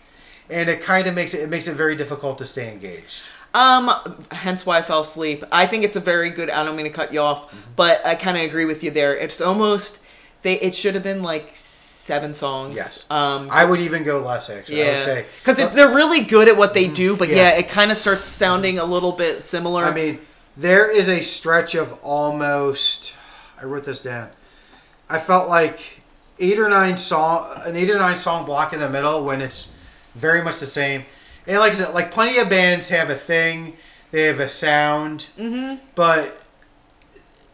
and it kind of makes it, it makes it very difficult to stay engaged.
Um, hence why I fell asleep. I think it's a very good. I don't mean to cut you off,
Mm-hmm.
but I kind of agree with you there. It's almost they. It should have been like seven songs.
Yes,
Um.
I would even go less actually. I would
yeah.
say Uh, mm-hmm.
Because they're really good at what they do, but
Yeah. Mm-hmm.
yeah, it kind of starts sounding a little bit similar.
I mean, there is a stretch of almost. I wrote this down. I felt like eight or nine song, an eight or nine song block in the middle when it's very much the same. And like I said, like plenty of bands have a thing, they have a sound, mm-hmm. but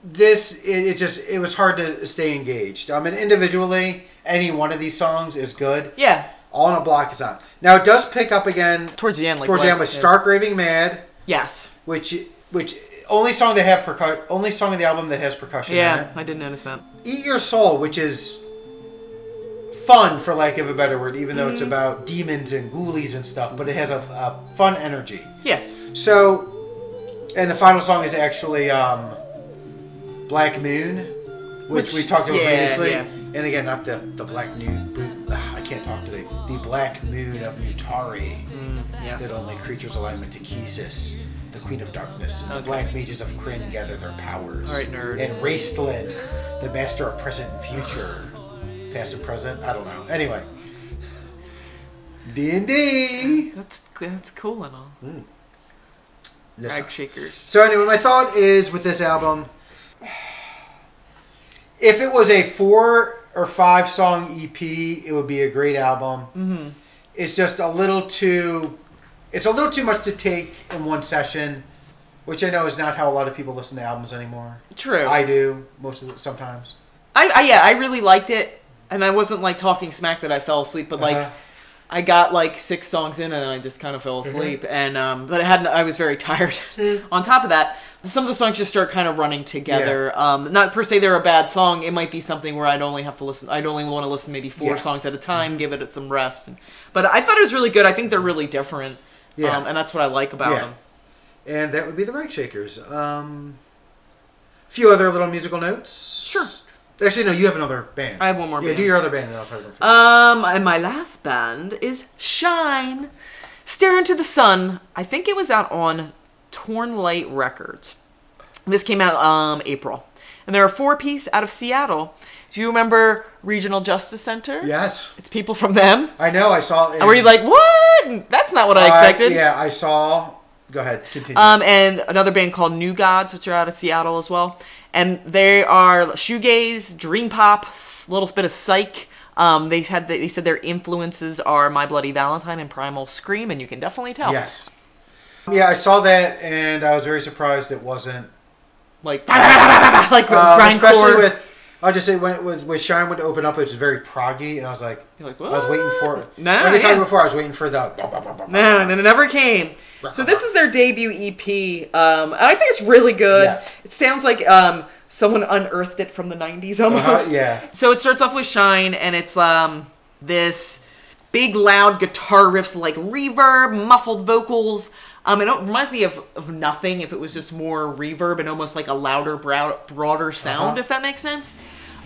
this it, it just it was hard to stay engaged. I mean, individually, any one of these songs is good.
yeah.
All in a block is on. Now it does pick up again
Towards the end, like
towards the end with
last-
"Stark Raving Mad."
Yes.
which which only song that have percu- only song in the album that has percussion
Yeah,
in
I didn't notice that.
it. Eat Your Soul, which is fun for lack of a better word, even though it's
Mm-hmm.
about demons and ghoulies and stuff, but it has a, a fun energy.
Yeah.
So, and the final song is actually um, Black Moon, which,
Which-
we talked about
yeah,
previously.
yeah.
And again, not the the Black Moon. I can't talk today. The Black Moon of Mutari that
Yes.
only creatures alignment to Kisis, the Queen of Darkness, and the Black Mages of Kryn gather their powers.
All right, nerd.
And Raistlin, the Master of Present and Future. Past and present? I don't know. Anyway. D&D!
That's that's cool and all.
This-
Rag shakers.
So anyway, my thought is with this album, if it was a four or five song EP, it would be a great album. Mm-hmm. It's just a little too, it's a little too much to take in one session, which I know is not how a lot of people listen to albums anymore.
True.
I do most of the, sometimes.
I, I yeah, I really liked it, and I wasn't like talking smack that I fell asleep, but like
Uh-huh.
I got like six songs in and then I just kind of fell
Mm-hmm.
asleep, and um, but I had I was very tired.
Mm.
On top of that, some of the songs just start kind of running together. Um, not per se they're a bad song. It might be something where I'd only have to listen. I'd only want to listen maybe four
Yeah. Mm-hmm.
songs at a time, give it some rest. And, but I thought it was really good. I think they're really different.
Yeah.
Um, and that's what I like about
Yeah.
them.
And that would be the Rag Shakers. Um, a few other little musical notes.
Sure.
Actually, no, you have another band.
I have one more
Yeah,
band.
do your other band, and I'll probably.
Um, and my last band is Shine. Stare into the Sun. I think it was out on Torn Light Records. This came out um April. And they're a four piece out of Seattle. Do you remember Regional Justice Center?
yes.
It's people from them.
I know. I saw. And
And were you like, what? That's not what I expected.
Uh, yeah, I saw. Go ahead. Continue.
Um, and another band called New Gods, which are out of Seattle as well. And they are shoegaze, dream pop, s- little bit of psych. Um, they had they said their influences are My Bloody Valentine and Primal Scream, and you can definitely tell.
yes. Yeah, I saw that, and I was very surprised it wasn't.
Like like
Um, especially
grindcore.
with, I'll just say when it was when Shine would open up, it was very proggy, and I was like,
You're like,
I was waiting for it.
No,
like I told
yeah.
you before, I was waiting for the.
No, no, it never came. So this is their debut EP. Um, and I think it's really good.
Yes.
It sounds like um, someone unearthed it from the '90s almost.
Uh-huh, yeah.
So it starts off with "Shine," and it's um, this big, loud guitar riffs, like reverb, muffled vocals. Um, it reminds me of, of nothing if it was just more reverb and almost like a louder, brow- broader sound,
Uh-huh.
if that makes sense.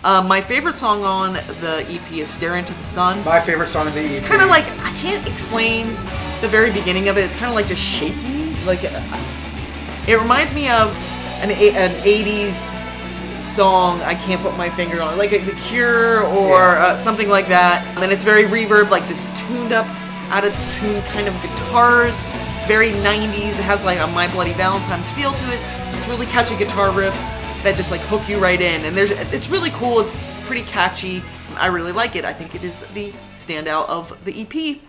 Uh, my favorite song on the EP is "Stare into the Sun."
My favorite song of the
It's kind of like I can't explain the very beginning of it. It's kind of like just shaky. Like uh, it reminds me of an a- an '80s song. I can't put my finger on it, like uh, The Cure or
Yeah.
uh, something like that. And it's very reverb, like this tuned up, out of tune kind of guitars. Very '90s. It has like a My Bloody Valentine's feel to it. It's really catchy guitar riffs that just like hook you right in. And there's it's really cool. It's pretty catchy. I really like it. I think it is the standout of the E EP.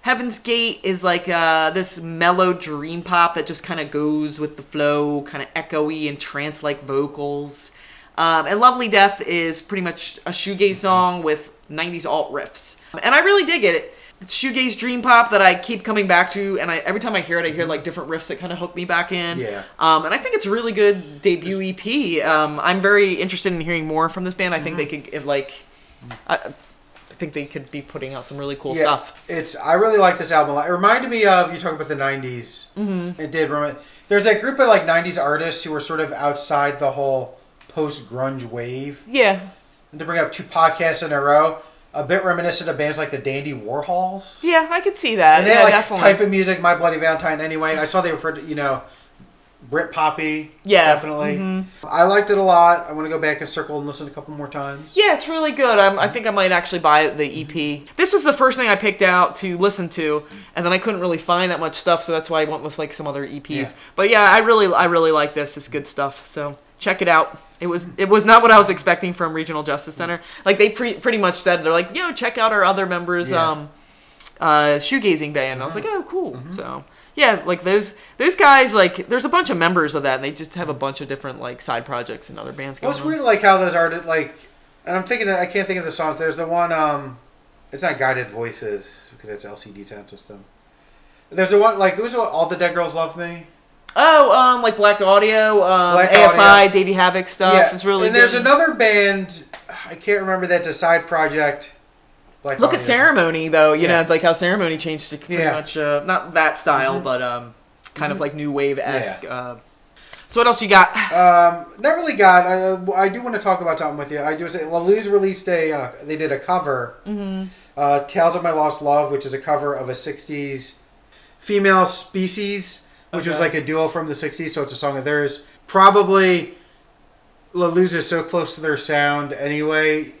Heaven's Gate is like uh, this mellow dream pop that just kind of goes with the flow, kind of echoey and trance like vocals. Um, and Lovely Death is pretty much a shoegaze song with 90s alt riffs. And I really dig it. It's shoegaze dream pop that I keep coming back to, and I, every time I hear it, I hear like different riffs that kind of hook me back in.
Yeah.
Um, and I think it's a really good debut EP. Um, I'm very interested in hearing more from this band. I think they could, if, like, I, I think they could be putting out some really cool stuff.
It's I really like this album. a lot. It reminded me of you talk about the '90s. Mm-hmm. It did. Remind, there's that group of like '90s artists who were sort of outside the whole post grunge wave.
Yeah.
And to bring up two podcasts in a row, a bit reminiscent of bands like the Dandy Warhols.
Yeah, I could see that.
And they
yeah,
had, like
definitely.
type of music, My Bloody Valentine. Anyway, I saw they referred to you know, Brit Poppy.
Yeah. Mm-hmm.
definitely. I liked it a lot. I want to go back and circle and listen a couple more times.
yeah, it's really good. i I think I might actually buy the EP. This was the first thing I picked out to listen to, and then I couldn't really find that much stuff, so that's why I went with like some other EPs.
Yeah.
But yeah, I really, I really like this. It's good stuff. So check it out. It was, it was not what I was expecting from Regional Justice Center. Like they pre- pretty much said, they're like, yo, check out our other members.
Yeah. Uh-huh.
Um, uh, shoegazing band. I was like, oh, cool.
Mm-hmm.
So yeah, like those those guys. Like there's a bunch of members of that, and they just have a bunch of different like side projects and other bands
Well, Oh,
going.
it's
on.
weird, like how those are like, and I'm thinking I can't think of the songs. There's the one, um, it's not Guided Voices because that's LCD sound system. There's the one like who's the- all the dead girls love me.
Oh, um, like Black Audio, um,
Black
AFI,
Audio.
Davey Havoc stuff is really.
and there's
good.
another band I can't remember that's a side project. Like
Look at ceremony though. You
Yeah.
know, like how ceremony changed to pretty
Yeah. Mm-hmm.
much uh, not that style, but um, kind of like new wave esque. Uh, so what else you got?
Um, not really. God, I, I do want to talk about something with you. I do say Laluz released a uh, they did a cover,
Mm-hmm.
uh, "Tales of My Lost Love," which is a cover of a '60s female species, which was
Okay.
like a duo from the '60s. So it's a song of theirs. Probably Laluz is so close to their sound anyway.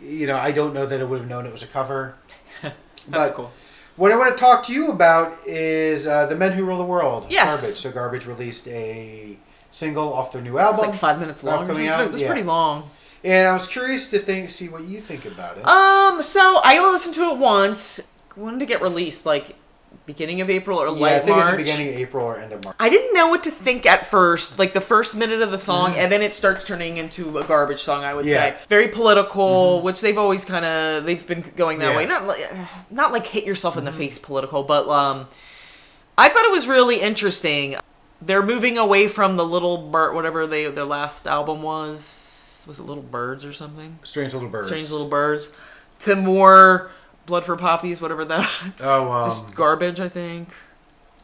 You know, I don't know that I would have known it was a cover.
That's
but-
cool.
What I want to talk to you about is uh, the Men Who Rule the World.
Yes.
Garbage. So Garbage released a single off their new album.
It's like five minutes
Well,
long. It was,
coming out,
it was
yeah.
pretty long.
And I was curious to think, see what you think about it.
Um, so I only listened to it once. When did it get released? Like beginning of April or
yeah,
late
I think
March?
it's the beginning of April or end of March.
I didn't know what to think at first, like the first minute of the song, and then it starts turning into a garbage song. I would
Mm-hmm. Yeah. Mm-hmm.
say very political, which they've always kind of they've been going that
Yeah. Mm-hmm.
way. Not like not like hit yourself in the face political, but um, I thought it was really interesting. They're moving away from the little bird, whatever they their last album was. Was it Little Birds or something?
Strange Little Bird.
Strange Little Birds. To more Blood for Poppies, whatever that.
Oh, um,
Just garbage, I think.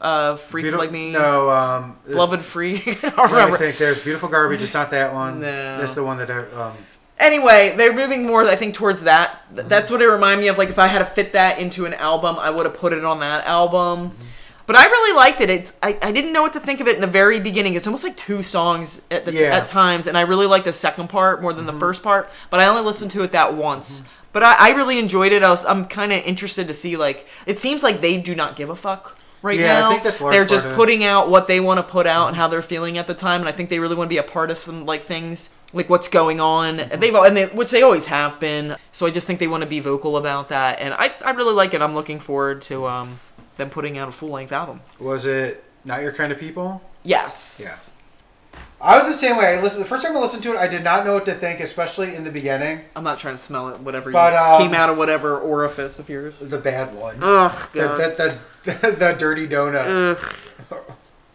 Uh, Freak
Beauti-
like me.
No, um, there's-
Love and Free. I don't
I
remember.
think there's beautiful garbage. It's not that one.
No.
that's the one that I, um,
Anyway, they're moving more, I think, towards that. Th- That's what it reminded me of. Like, if I had to fit that into an album, I would have put it on that album. But I really liked it. It's I, I didn't know what to think of it in the very beginning. It's almost like two songs at the,
Yeah.
at times, and I really liked the second part more than the first part. But I only listened to it that once. But I, I really enjoyed it. I was I'm kind of interested to see like it seems like they do not give a fuck right
Yeah, I
now.
think that's a large
they're
part
just
of it.
putting putting out what they want to put out and how they're feeling at the time and i think they really want to be a part of some like things like what's going on
Mm-hmm.
they've and they which they always have been so i just think they want to be vocal about that and i, I really like it i'm looking forward to um, them putting out a full-length album
was it not your kind of people?
yes
I was the same way. I listened the first time I listened to it. I did not know what to think, especially in the beginning.
i'm not trying to smell it whatever
But,
you,
um,
came out of whatever orifice of yours
The bad one.
Ugh, God.
the, the, the, the dirty donut.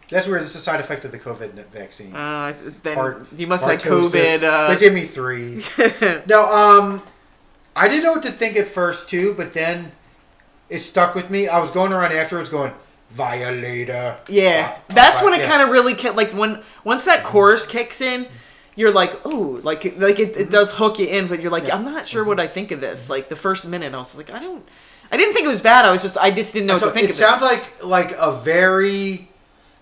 That's weird. This is a side effect of the COVID vaccine.
uh, then
Heart-
you must have
heartosis.
covid uh,
they gave me three. no, um, I didn't know what to think at first too, but then it stuck with me. I was going around afterwards going violator.
Yeah,
Ah,
that's
ah,
when it
yeah.
kind of really ki- like when once that chorus kicks in, you're like, oh, like like it,
Mm-hmm.
it does hook you in, but you're like, I'm not sure what I think of this. Like the first minute, I was like, I don't, I didn't think it was bad. I was just, I just didn't know what
So
to think
it
of
sounds
it.
like like a very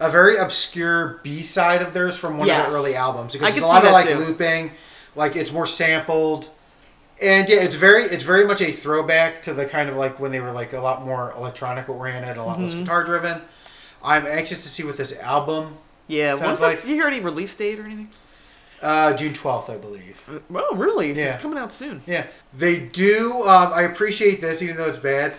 a very obscure B side of theirs from one of
Yes.
their early albums
I
because
could
there's a lot
see
of
that
like
too.
looping, like it's more sampled, and yeah, it's very it's very much a throwback to the kind of like when they were like a lot more electronic oriented, a lot less
Mm-hmm.
guitar driven. I'm anxious to see what this album
yeah.
sounds
When's that-
like-
did you hear any release date or anything?
uh, June 12th, I believe.
Oh, really? So
Yeah.
It's coming out soon.
Yeah, they do. Um, I appreciate this, even though it's bad.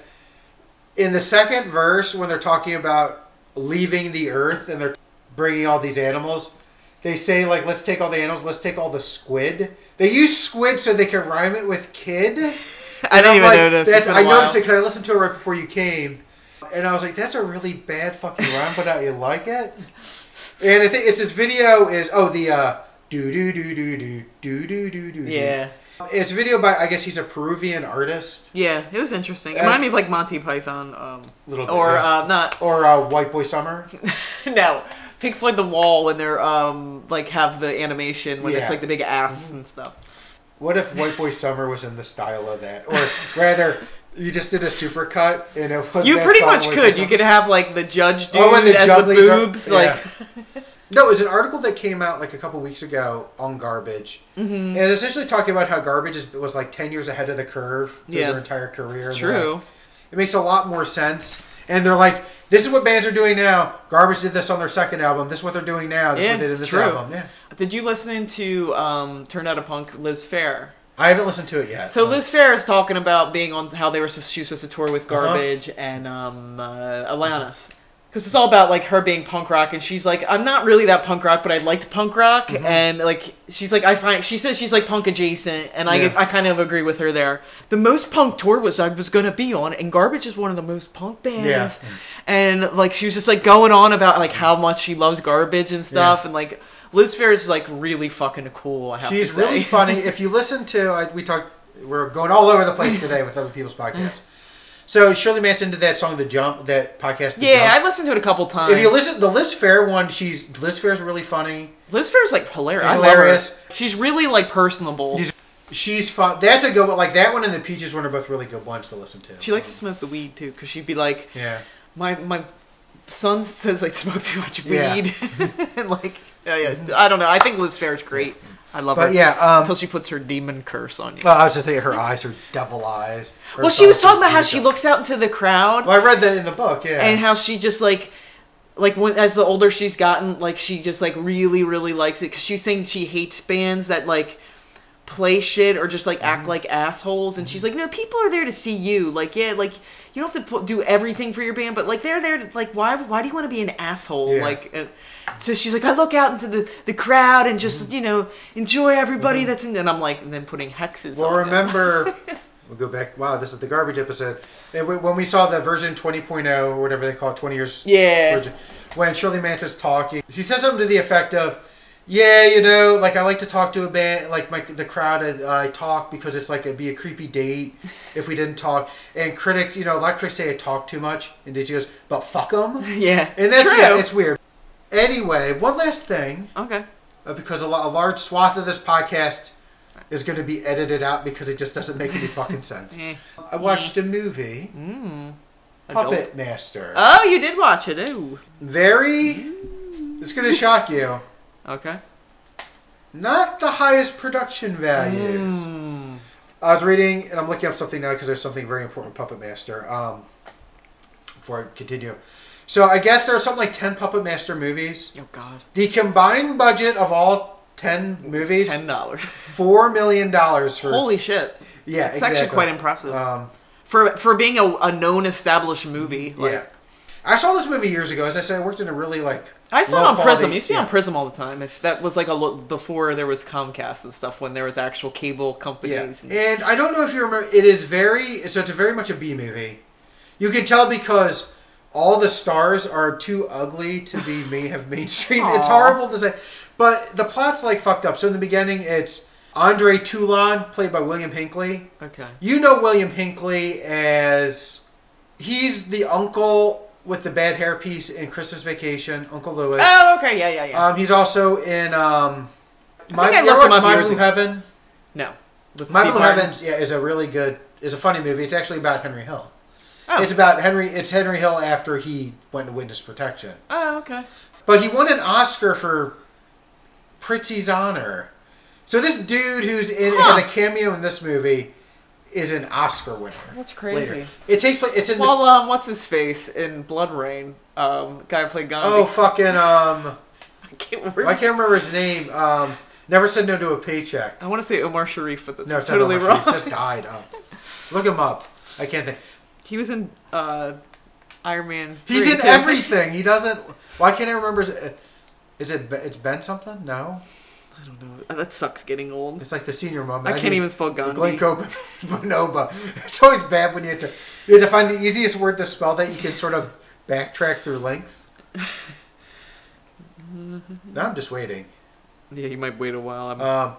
In the second verse, when they're talking about leaving the earth and they're bringing all these animals, they say like, "Let's take all the animals. Let's take all the squid." They use squid so they can rhyme it with kid.
I didn't
I'm
even
like,
notice.
that's-
It's been a
I
while.
noticed it because I listened to it right before you came, and I was like, "That's a really bad fucking rhyme, but I like it." And I think it's this video is oh the uh, do do do do do do do do do
Yeah.
it's a video by I guess he's a Peruvian artist
Yeah, it was interesting. It
Uh,
reminded me of like Monty Python, um,
Little bit,
or
yeah.
uh, not.
or uh, White Boy Summer.
no, Pink Floyd the Wall when they're um, like have the animation when
Yeah. Mm-hmm.
it's like the big ass and stuff.
What if White Boy Summer was in the style of that, or rather, you just did a supercut and it was
You
that
pretty
song,
much
White Boy
could. You
Summer?
could have like the judge dude
Oh, and the
as the
jugglies are-
boobs,
yeah.
like
No, it was an article that came out like a couple weeks ago on garbage, mm-hmm. and it's essentially talking about how garbage is, was like ten years ahead of the curve through
Yeah.
their entire career. and they're like,
true.
It makes a lot more sense. And they're like, this is what bands are doing now. Garbage did this on their second album. This is what they're doing now. This is
Yeah,
what they did
it's
this
true.
album. Yeah.
Did you listen to um, Turn Out a Punk, Liz Fair?
I haven't listened to it yet.
So Liz Fair is talking about being on how they were supposed, she was supposed to tour with
Uh-huh.
Garbage and um, uh, Alanis. Because it's all about like her being punk rock, and she's like, I'm not really that punk rock, but I liked punk rock,
Mm-hmm.
and like she's like, I find she says she's like punk adjacent, and I
Yeah.
I kind of agree with her there. The most punk tour was I was gonna be on, and Garbage is one of the most punk bands, and like she was just like going on about like how much she loves Garbage and stuff, and like Liz Fair is like really fucking cool. I have
She's
to say.
really funny. If you listen to, I, we talked, we're going all over the place today with other people's podcasts. So Shirley Manson did that song, "The Jump," that podcast. The
Yeah, I
Jump.
listened to it a couple times.
if you listen, the Liz Fair one, she's Liz Fair's really funny.
Liz Fair's like hilarious. I
Hilarious.
love her. She's really like personable.
She's- She's fun. That's a good one. Like that one and the Peaches one are both really good ones to listen to.
she likes to smoke the weed too, because she'd be like,
Yeah.
my my son says I smoke too much
Yeah.
weed, and like, yeah, yeah, I don't know. I think Liz Fair's great. I love
But
her.
yeah, um,
until she puts her demon curse on you.
Well, I was just thinking her eyes, her devil eyes. Her
well, she was
thoughts
talking
are
about how she
beautiful.
looks out into the crowd
Well, I read that in the book. Yeah.
and how she just like. Like when, as the older she's gotten, like she just like really, really likes it because she's saying she hates bands that like play shit or just like act
Mm-hmm.
like assholes and she's like no people are there to see you like yeah like you don't have to pu- do everything for your band but like they're there to, like why why do you want to be an asshole
Yeah.
like and so she's like i look out into the the crowd and just
Mm-hmm.
you know enjoy everybody that's in and i'm like and then putting hexes
Well,
on them.
remember, we'll go back. Wow, this is the garbage episode. And we- When we saw the version 2.0 or whatever they call it, 20 years.
Yeah.
Version, when Shirley Manson's talking, she says something to the effect of, "Yeah, you know, like I like to talk to a band, like my the crowd. uh, I talk because it's like it'd be a creepy date if we didn't talk." And critics, you know, a lot of critics say I talk too much, and then she goes, "But fuck them."
yeah
And
it's
that's
true
yeah, it's weird. Anyway, one last thing
okay
uh, because a, lo- a large swath of this podcast is going to be edited out because it just doesn't make any fucking sense.
Eh. Hmm.
I watched a movie,
Adult.
Puppet Master.
oh you did watch it ooh
Very, it's going to shock you.
okay
Not the highest production values.
Hmm.
I was reading, and I'm looking up something now because there's something very important. with Puppet Master. Um, before I continue, so I guess there are something like ten Puppet Master movies.
oh god
The combined budget of all ten movies,
ten dollars
four million dollars for
holy shit
Yeah,
it's
exactly.
actually quite impressive
Um,
for for being a, a known established movie. Like,
yeah, I saw this movie years ago. As I said, I worked in a really like
I saw it
low
on
quality-
Prism. It used to be on
yeah.
Prism all the time. If that was like a lo- before there was Comcast and stuff, when there was actual cable
Yeah,
companies.
and I don't know if you remember. It is very so. It's a very much a B movie. You can tell because all the stars are too ugly to be may have mainstream. It's
Aw.
horrible to say, but the plot's like fucked up. So in the beginning, it's Andre Toulon, played by William Hinckley.
Okay.
You know William Hinckley as he's the uncle with the bad hairpiece in Christmas Vacation, Uncle Um, Louis.
Oh, okay. Yeah, yeah, yeah.
Um, he's also in um, My,
Ah! I
you
looked
ever
them
watch
up
My
years
Blue
ago.
Heaven?
No. With
My
Steve
Blue
Martin.
Heaven yeah, is a really good, is a funny movie. It's actually about Henry Hill.
Oh.
It's about Henry, it's Henry Hill after he went to witness protection.
oh, okay.
But he won an Oscar for Pritzi's Honor. So this dude who's in
Huh.
has a cameo in this movie is an Oscar winner.
That's crazy.
It takes place. It's in.
Well, um, what's his face in Blood Rain? Um, guy who played Gandhi.
oh fucking um!
I can't remember.
I can't remember his name. Um, never said no to a paycheck.
I want to say Omar Sharif, but that's
No, it's not
Oh, totally
Omar
wrong.
Sharif, Just died. Um, look him up. I can't think.
He was in uh, Iron Man.
He's
3,
in
too.
everything. He doesn't. Why can't I remember? His, uh, is it? Be- It's Ben something? No.
I don't know. Uh, That sucks. Getting old.
It's like the senior moment.
I can't
need
even spell Gandhi.
Glencoe Bonoba. It's always bad when you have to you have to find the easiest word to spell that you can sort of backtrack through links. now I'm just waiting.
Yeah, you might wait a while. I'm...
Um,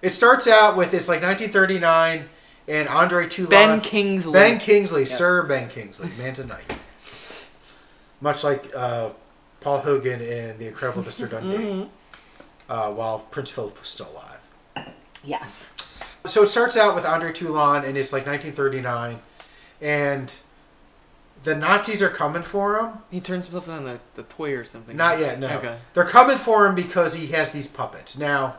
it starts out with it's like 1939 and Andre Toulon.
ben Kingsley.
Ben Kingsley, Sir Ben Kingsley, man's a knight. Much like uh, Paul Hogan in The Incredible Mr. Dundee,
Mm-hmm.
uh, while Prince Philip was still alive.
Yes.
So it starts out with Andre Toulon, and it's like 1939, and the Nazis are coming for him.
He turns himself into the, the toy or something.
Not yet, no.
Okay.
They're coming for him because he has these puppets. Now,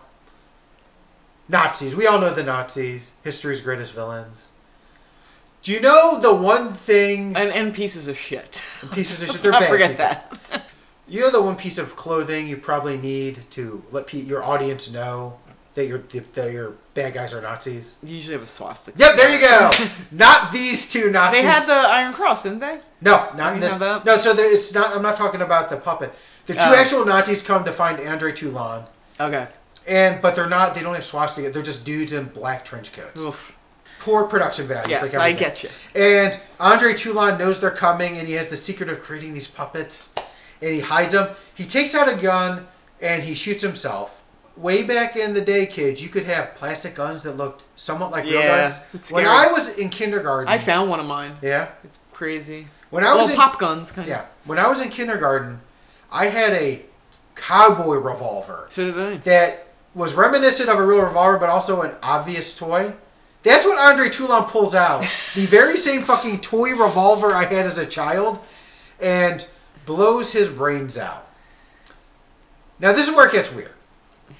Nazis. We all know the Nazis, history's greatest villains. Do you know the one thing?
And, and pieces of shit.
Pieces of shit.
Let's
They're
not
bad
forget
people.
that.
You know the one piece of clothing you probably need to let pe- your audience know that your that your bad guys are Nazis.
You usually have a swastika.
Yep, there you go. Not these two Nazis.
They had the Iron Cross, didn't they?
No, not in
You
this.
know that?
No, so there, it's not. I'm not talking about the puppet. The two
Oh.
actual Nazis come to find Andre Toulon,
Okay.
and but they're not. They don't have swastika. They're just dudes in black trench coats.
Oof.
Poor production values.
Yes,
like
I
everything.
get you.
And Andre Toulon knows they're coming, and he has the secret of creating these puppets, and he hides them. He takes out a gun and he shoots himself. Way back in the day, kids, you could have plastic guns that looked somewhat like
Yeah,
real guns.
it's
When
scary.
I was in kindergarten,
I found one of mine.
Mm-hmm. yeah.
It's crazy.
When I
well,
was in-
pop guns, kind
Yeah.
of.
When I was in kindergarten, I had a cowboy revolver
So did I.
that was reminiscent of a real revolver, but also an obvious toy. That's what Andre Toulon pulls out. The very same fucking toy revolver I had as a child and blows his brains out. Now, this is where it gets weird.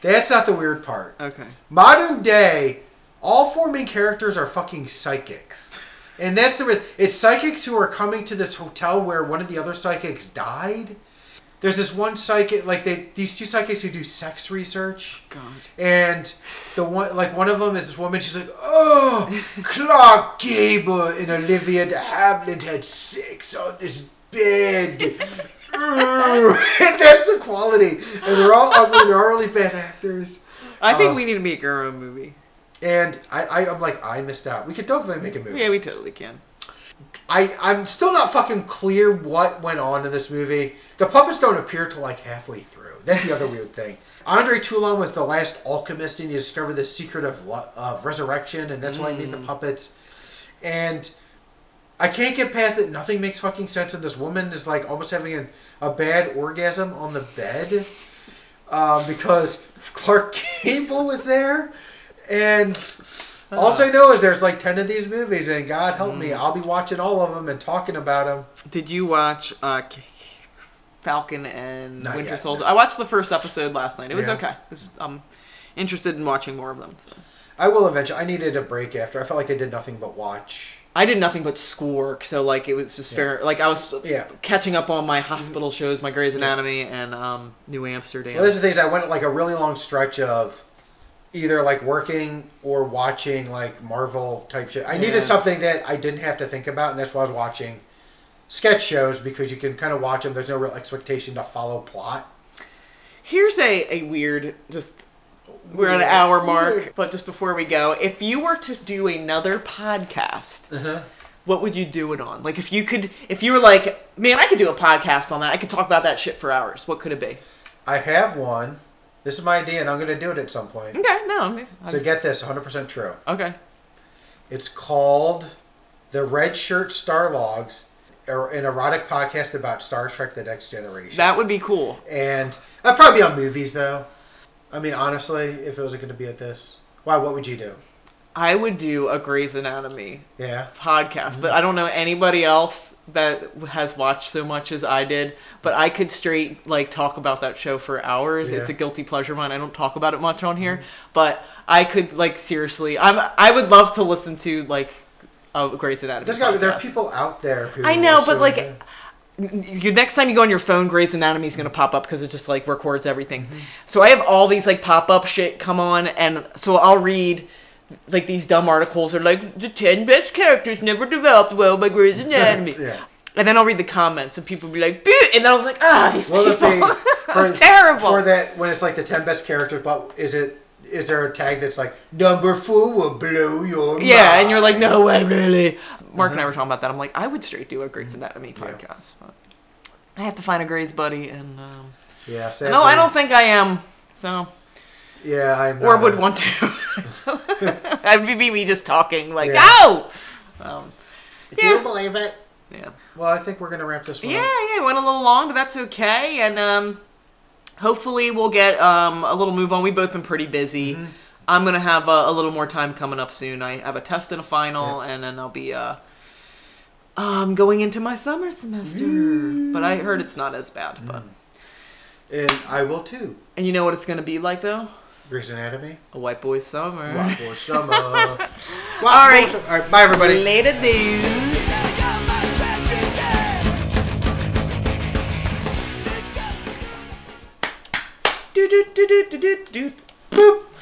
That's not the weird part.
Okay.
Modern day, all four main characters are fucking psychics. And that's the it's psychics who are coming to this hotel where one of the other psychics died. There's this one psychic like they these two psychics who do sex research.
God.
And the one like one of them is this woman she's like, "Oh, Clark Gable and Olivia de Havilland had sex on this bed." Ugh. and that's the quality. And they're all ugly, they're all really bad actors.
I think
Um,
we need to make our own movie.
And I, I, I'm like, I missed out. We could definitely make a movie.
Yeah, we totally can.
I, I'm still not fucking clear what went on in this movie. The puppets don't appear till like halfway through. That's the other weird thing. Andre Toulon was the last alchemist, and he discovered the secret of lo- of resurrection, and that's why I made the puppets. And I can't get past it. Nothing makes fucking sense. And this woman is like almost having an, a bad orgasm on the bed um, because Clark Gable was there. And all I know is there's like 10 of these movies, and God help me, I'll be watching all of them and talking about them.
Did you watch uh, K- Falcon and
Not
Winter
yet,
Soldier?
no.
I watched the first episode last night. It was
Yeah.
okay. I was um, interested in watching more of them. So.
I will eventually. I needed a break after. I felt like I did nothing but watch.
I did nothing but schoolwork, so like it was just fair. Like I was
Yeah. Mm-hmm.
catching up on my hospital shows, my Grey's Anatomy and um, New Amsterdam.
Well, those are things I went like a really long stretch of either like working or watching like Marvel type shit. I
Yeah.
needed something that I didn't have to think about, and that's why I was watching sketch shows because you can kind of watch them. There's no real expectation to follow plot.
Here's a, a weird, just, we're at an hour mark, but just before we go, if you were to do another podcast, what would you do it on? Like, if you could, if you were like, man, I could do a podcast on that, I could talk about that shit for hours, what could it be?
I have one. This is my idea, and I'm going to do it at some point.
Okay, no. i
So get this 100% true.
okay.
It's called The Red Shirt Star Logs, er- an erotic podcast about Star Trek The Next Generation.
That would be cool.
and I'd probably be on movies, though. I mean, honestly, if it was going to be at this, why? What would you do?
I would do a Grey's Anatomy
Yeah.
podcast, but I don't know anybody else that has watched so much as I did. But I could straight like talk about that show for hours.
Yeah. Mm-hmm.
It's a guilty pleasure of mine. I don't talk about it much on here, but I could like seriously. I'm. I would love to listen to like a Grey's Anatomy.
There's got to be there are
podcast.
people out there who
I know,
are so
but like,
into-
you, next time you go on your phone, Grey's Anatomy is going to pop up because it just like records everything. So I have all these like pop up shit come on, and so I'll read like these dumb articles that are like the ten best characters never developed well by Grey's Anatomy.
Yeah.
And then I'll read the comments, and people be like, "Boo!" And then I was like, "Ah, these
well, the
people
thing
are
for,
terrible."
for that when it's like the ten best characters. But is it is there a tag that's like number four will blow your
yeah, and
mind?
you're like, "No way, really?" Mark and I were talking about that. I'm like, "I would straight do a Grey's Anatomy
Uh-huh. Mm-hmm. Yeah.
podcast." But I have to find a Grey's buddy, and um,
yeah. Sadly,
no, I don't think I am. So.
Yeah, I'm.
or
not
would
a-
want to. that would be me just talking like,
Yeah.
oh, um,
If you
Yeah.
don't believe it.
yeah,
Well, I think we're gonna wrap this one.
yeah,
up.
yeah. It went a little long, but that's okay. And um, hopefully, we'll get um, a little move on. We've both been pretty busy. I'm gonna have uh, a little more time coming up soon. I have a test and a final, and then I'll be uh, um, going into my summer semester. But I heard it's not as bad. But
And I will too.
and you know what it's gonna be like though?
Grey's Anatomy.
A white boy's summer.
Rock or summer. Rock or
right.
summer. All right. Bye, everybody.
Later, dudes. Do do do do do do do. Boop.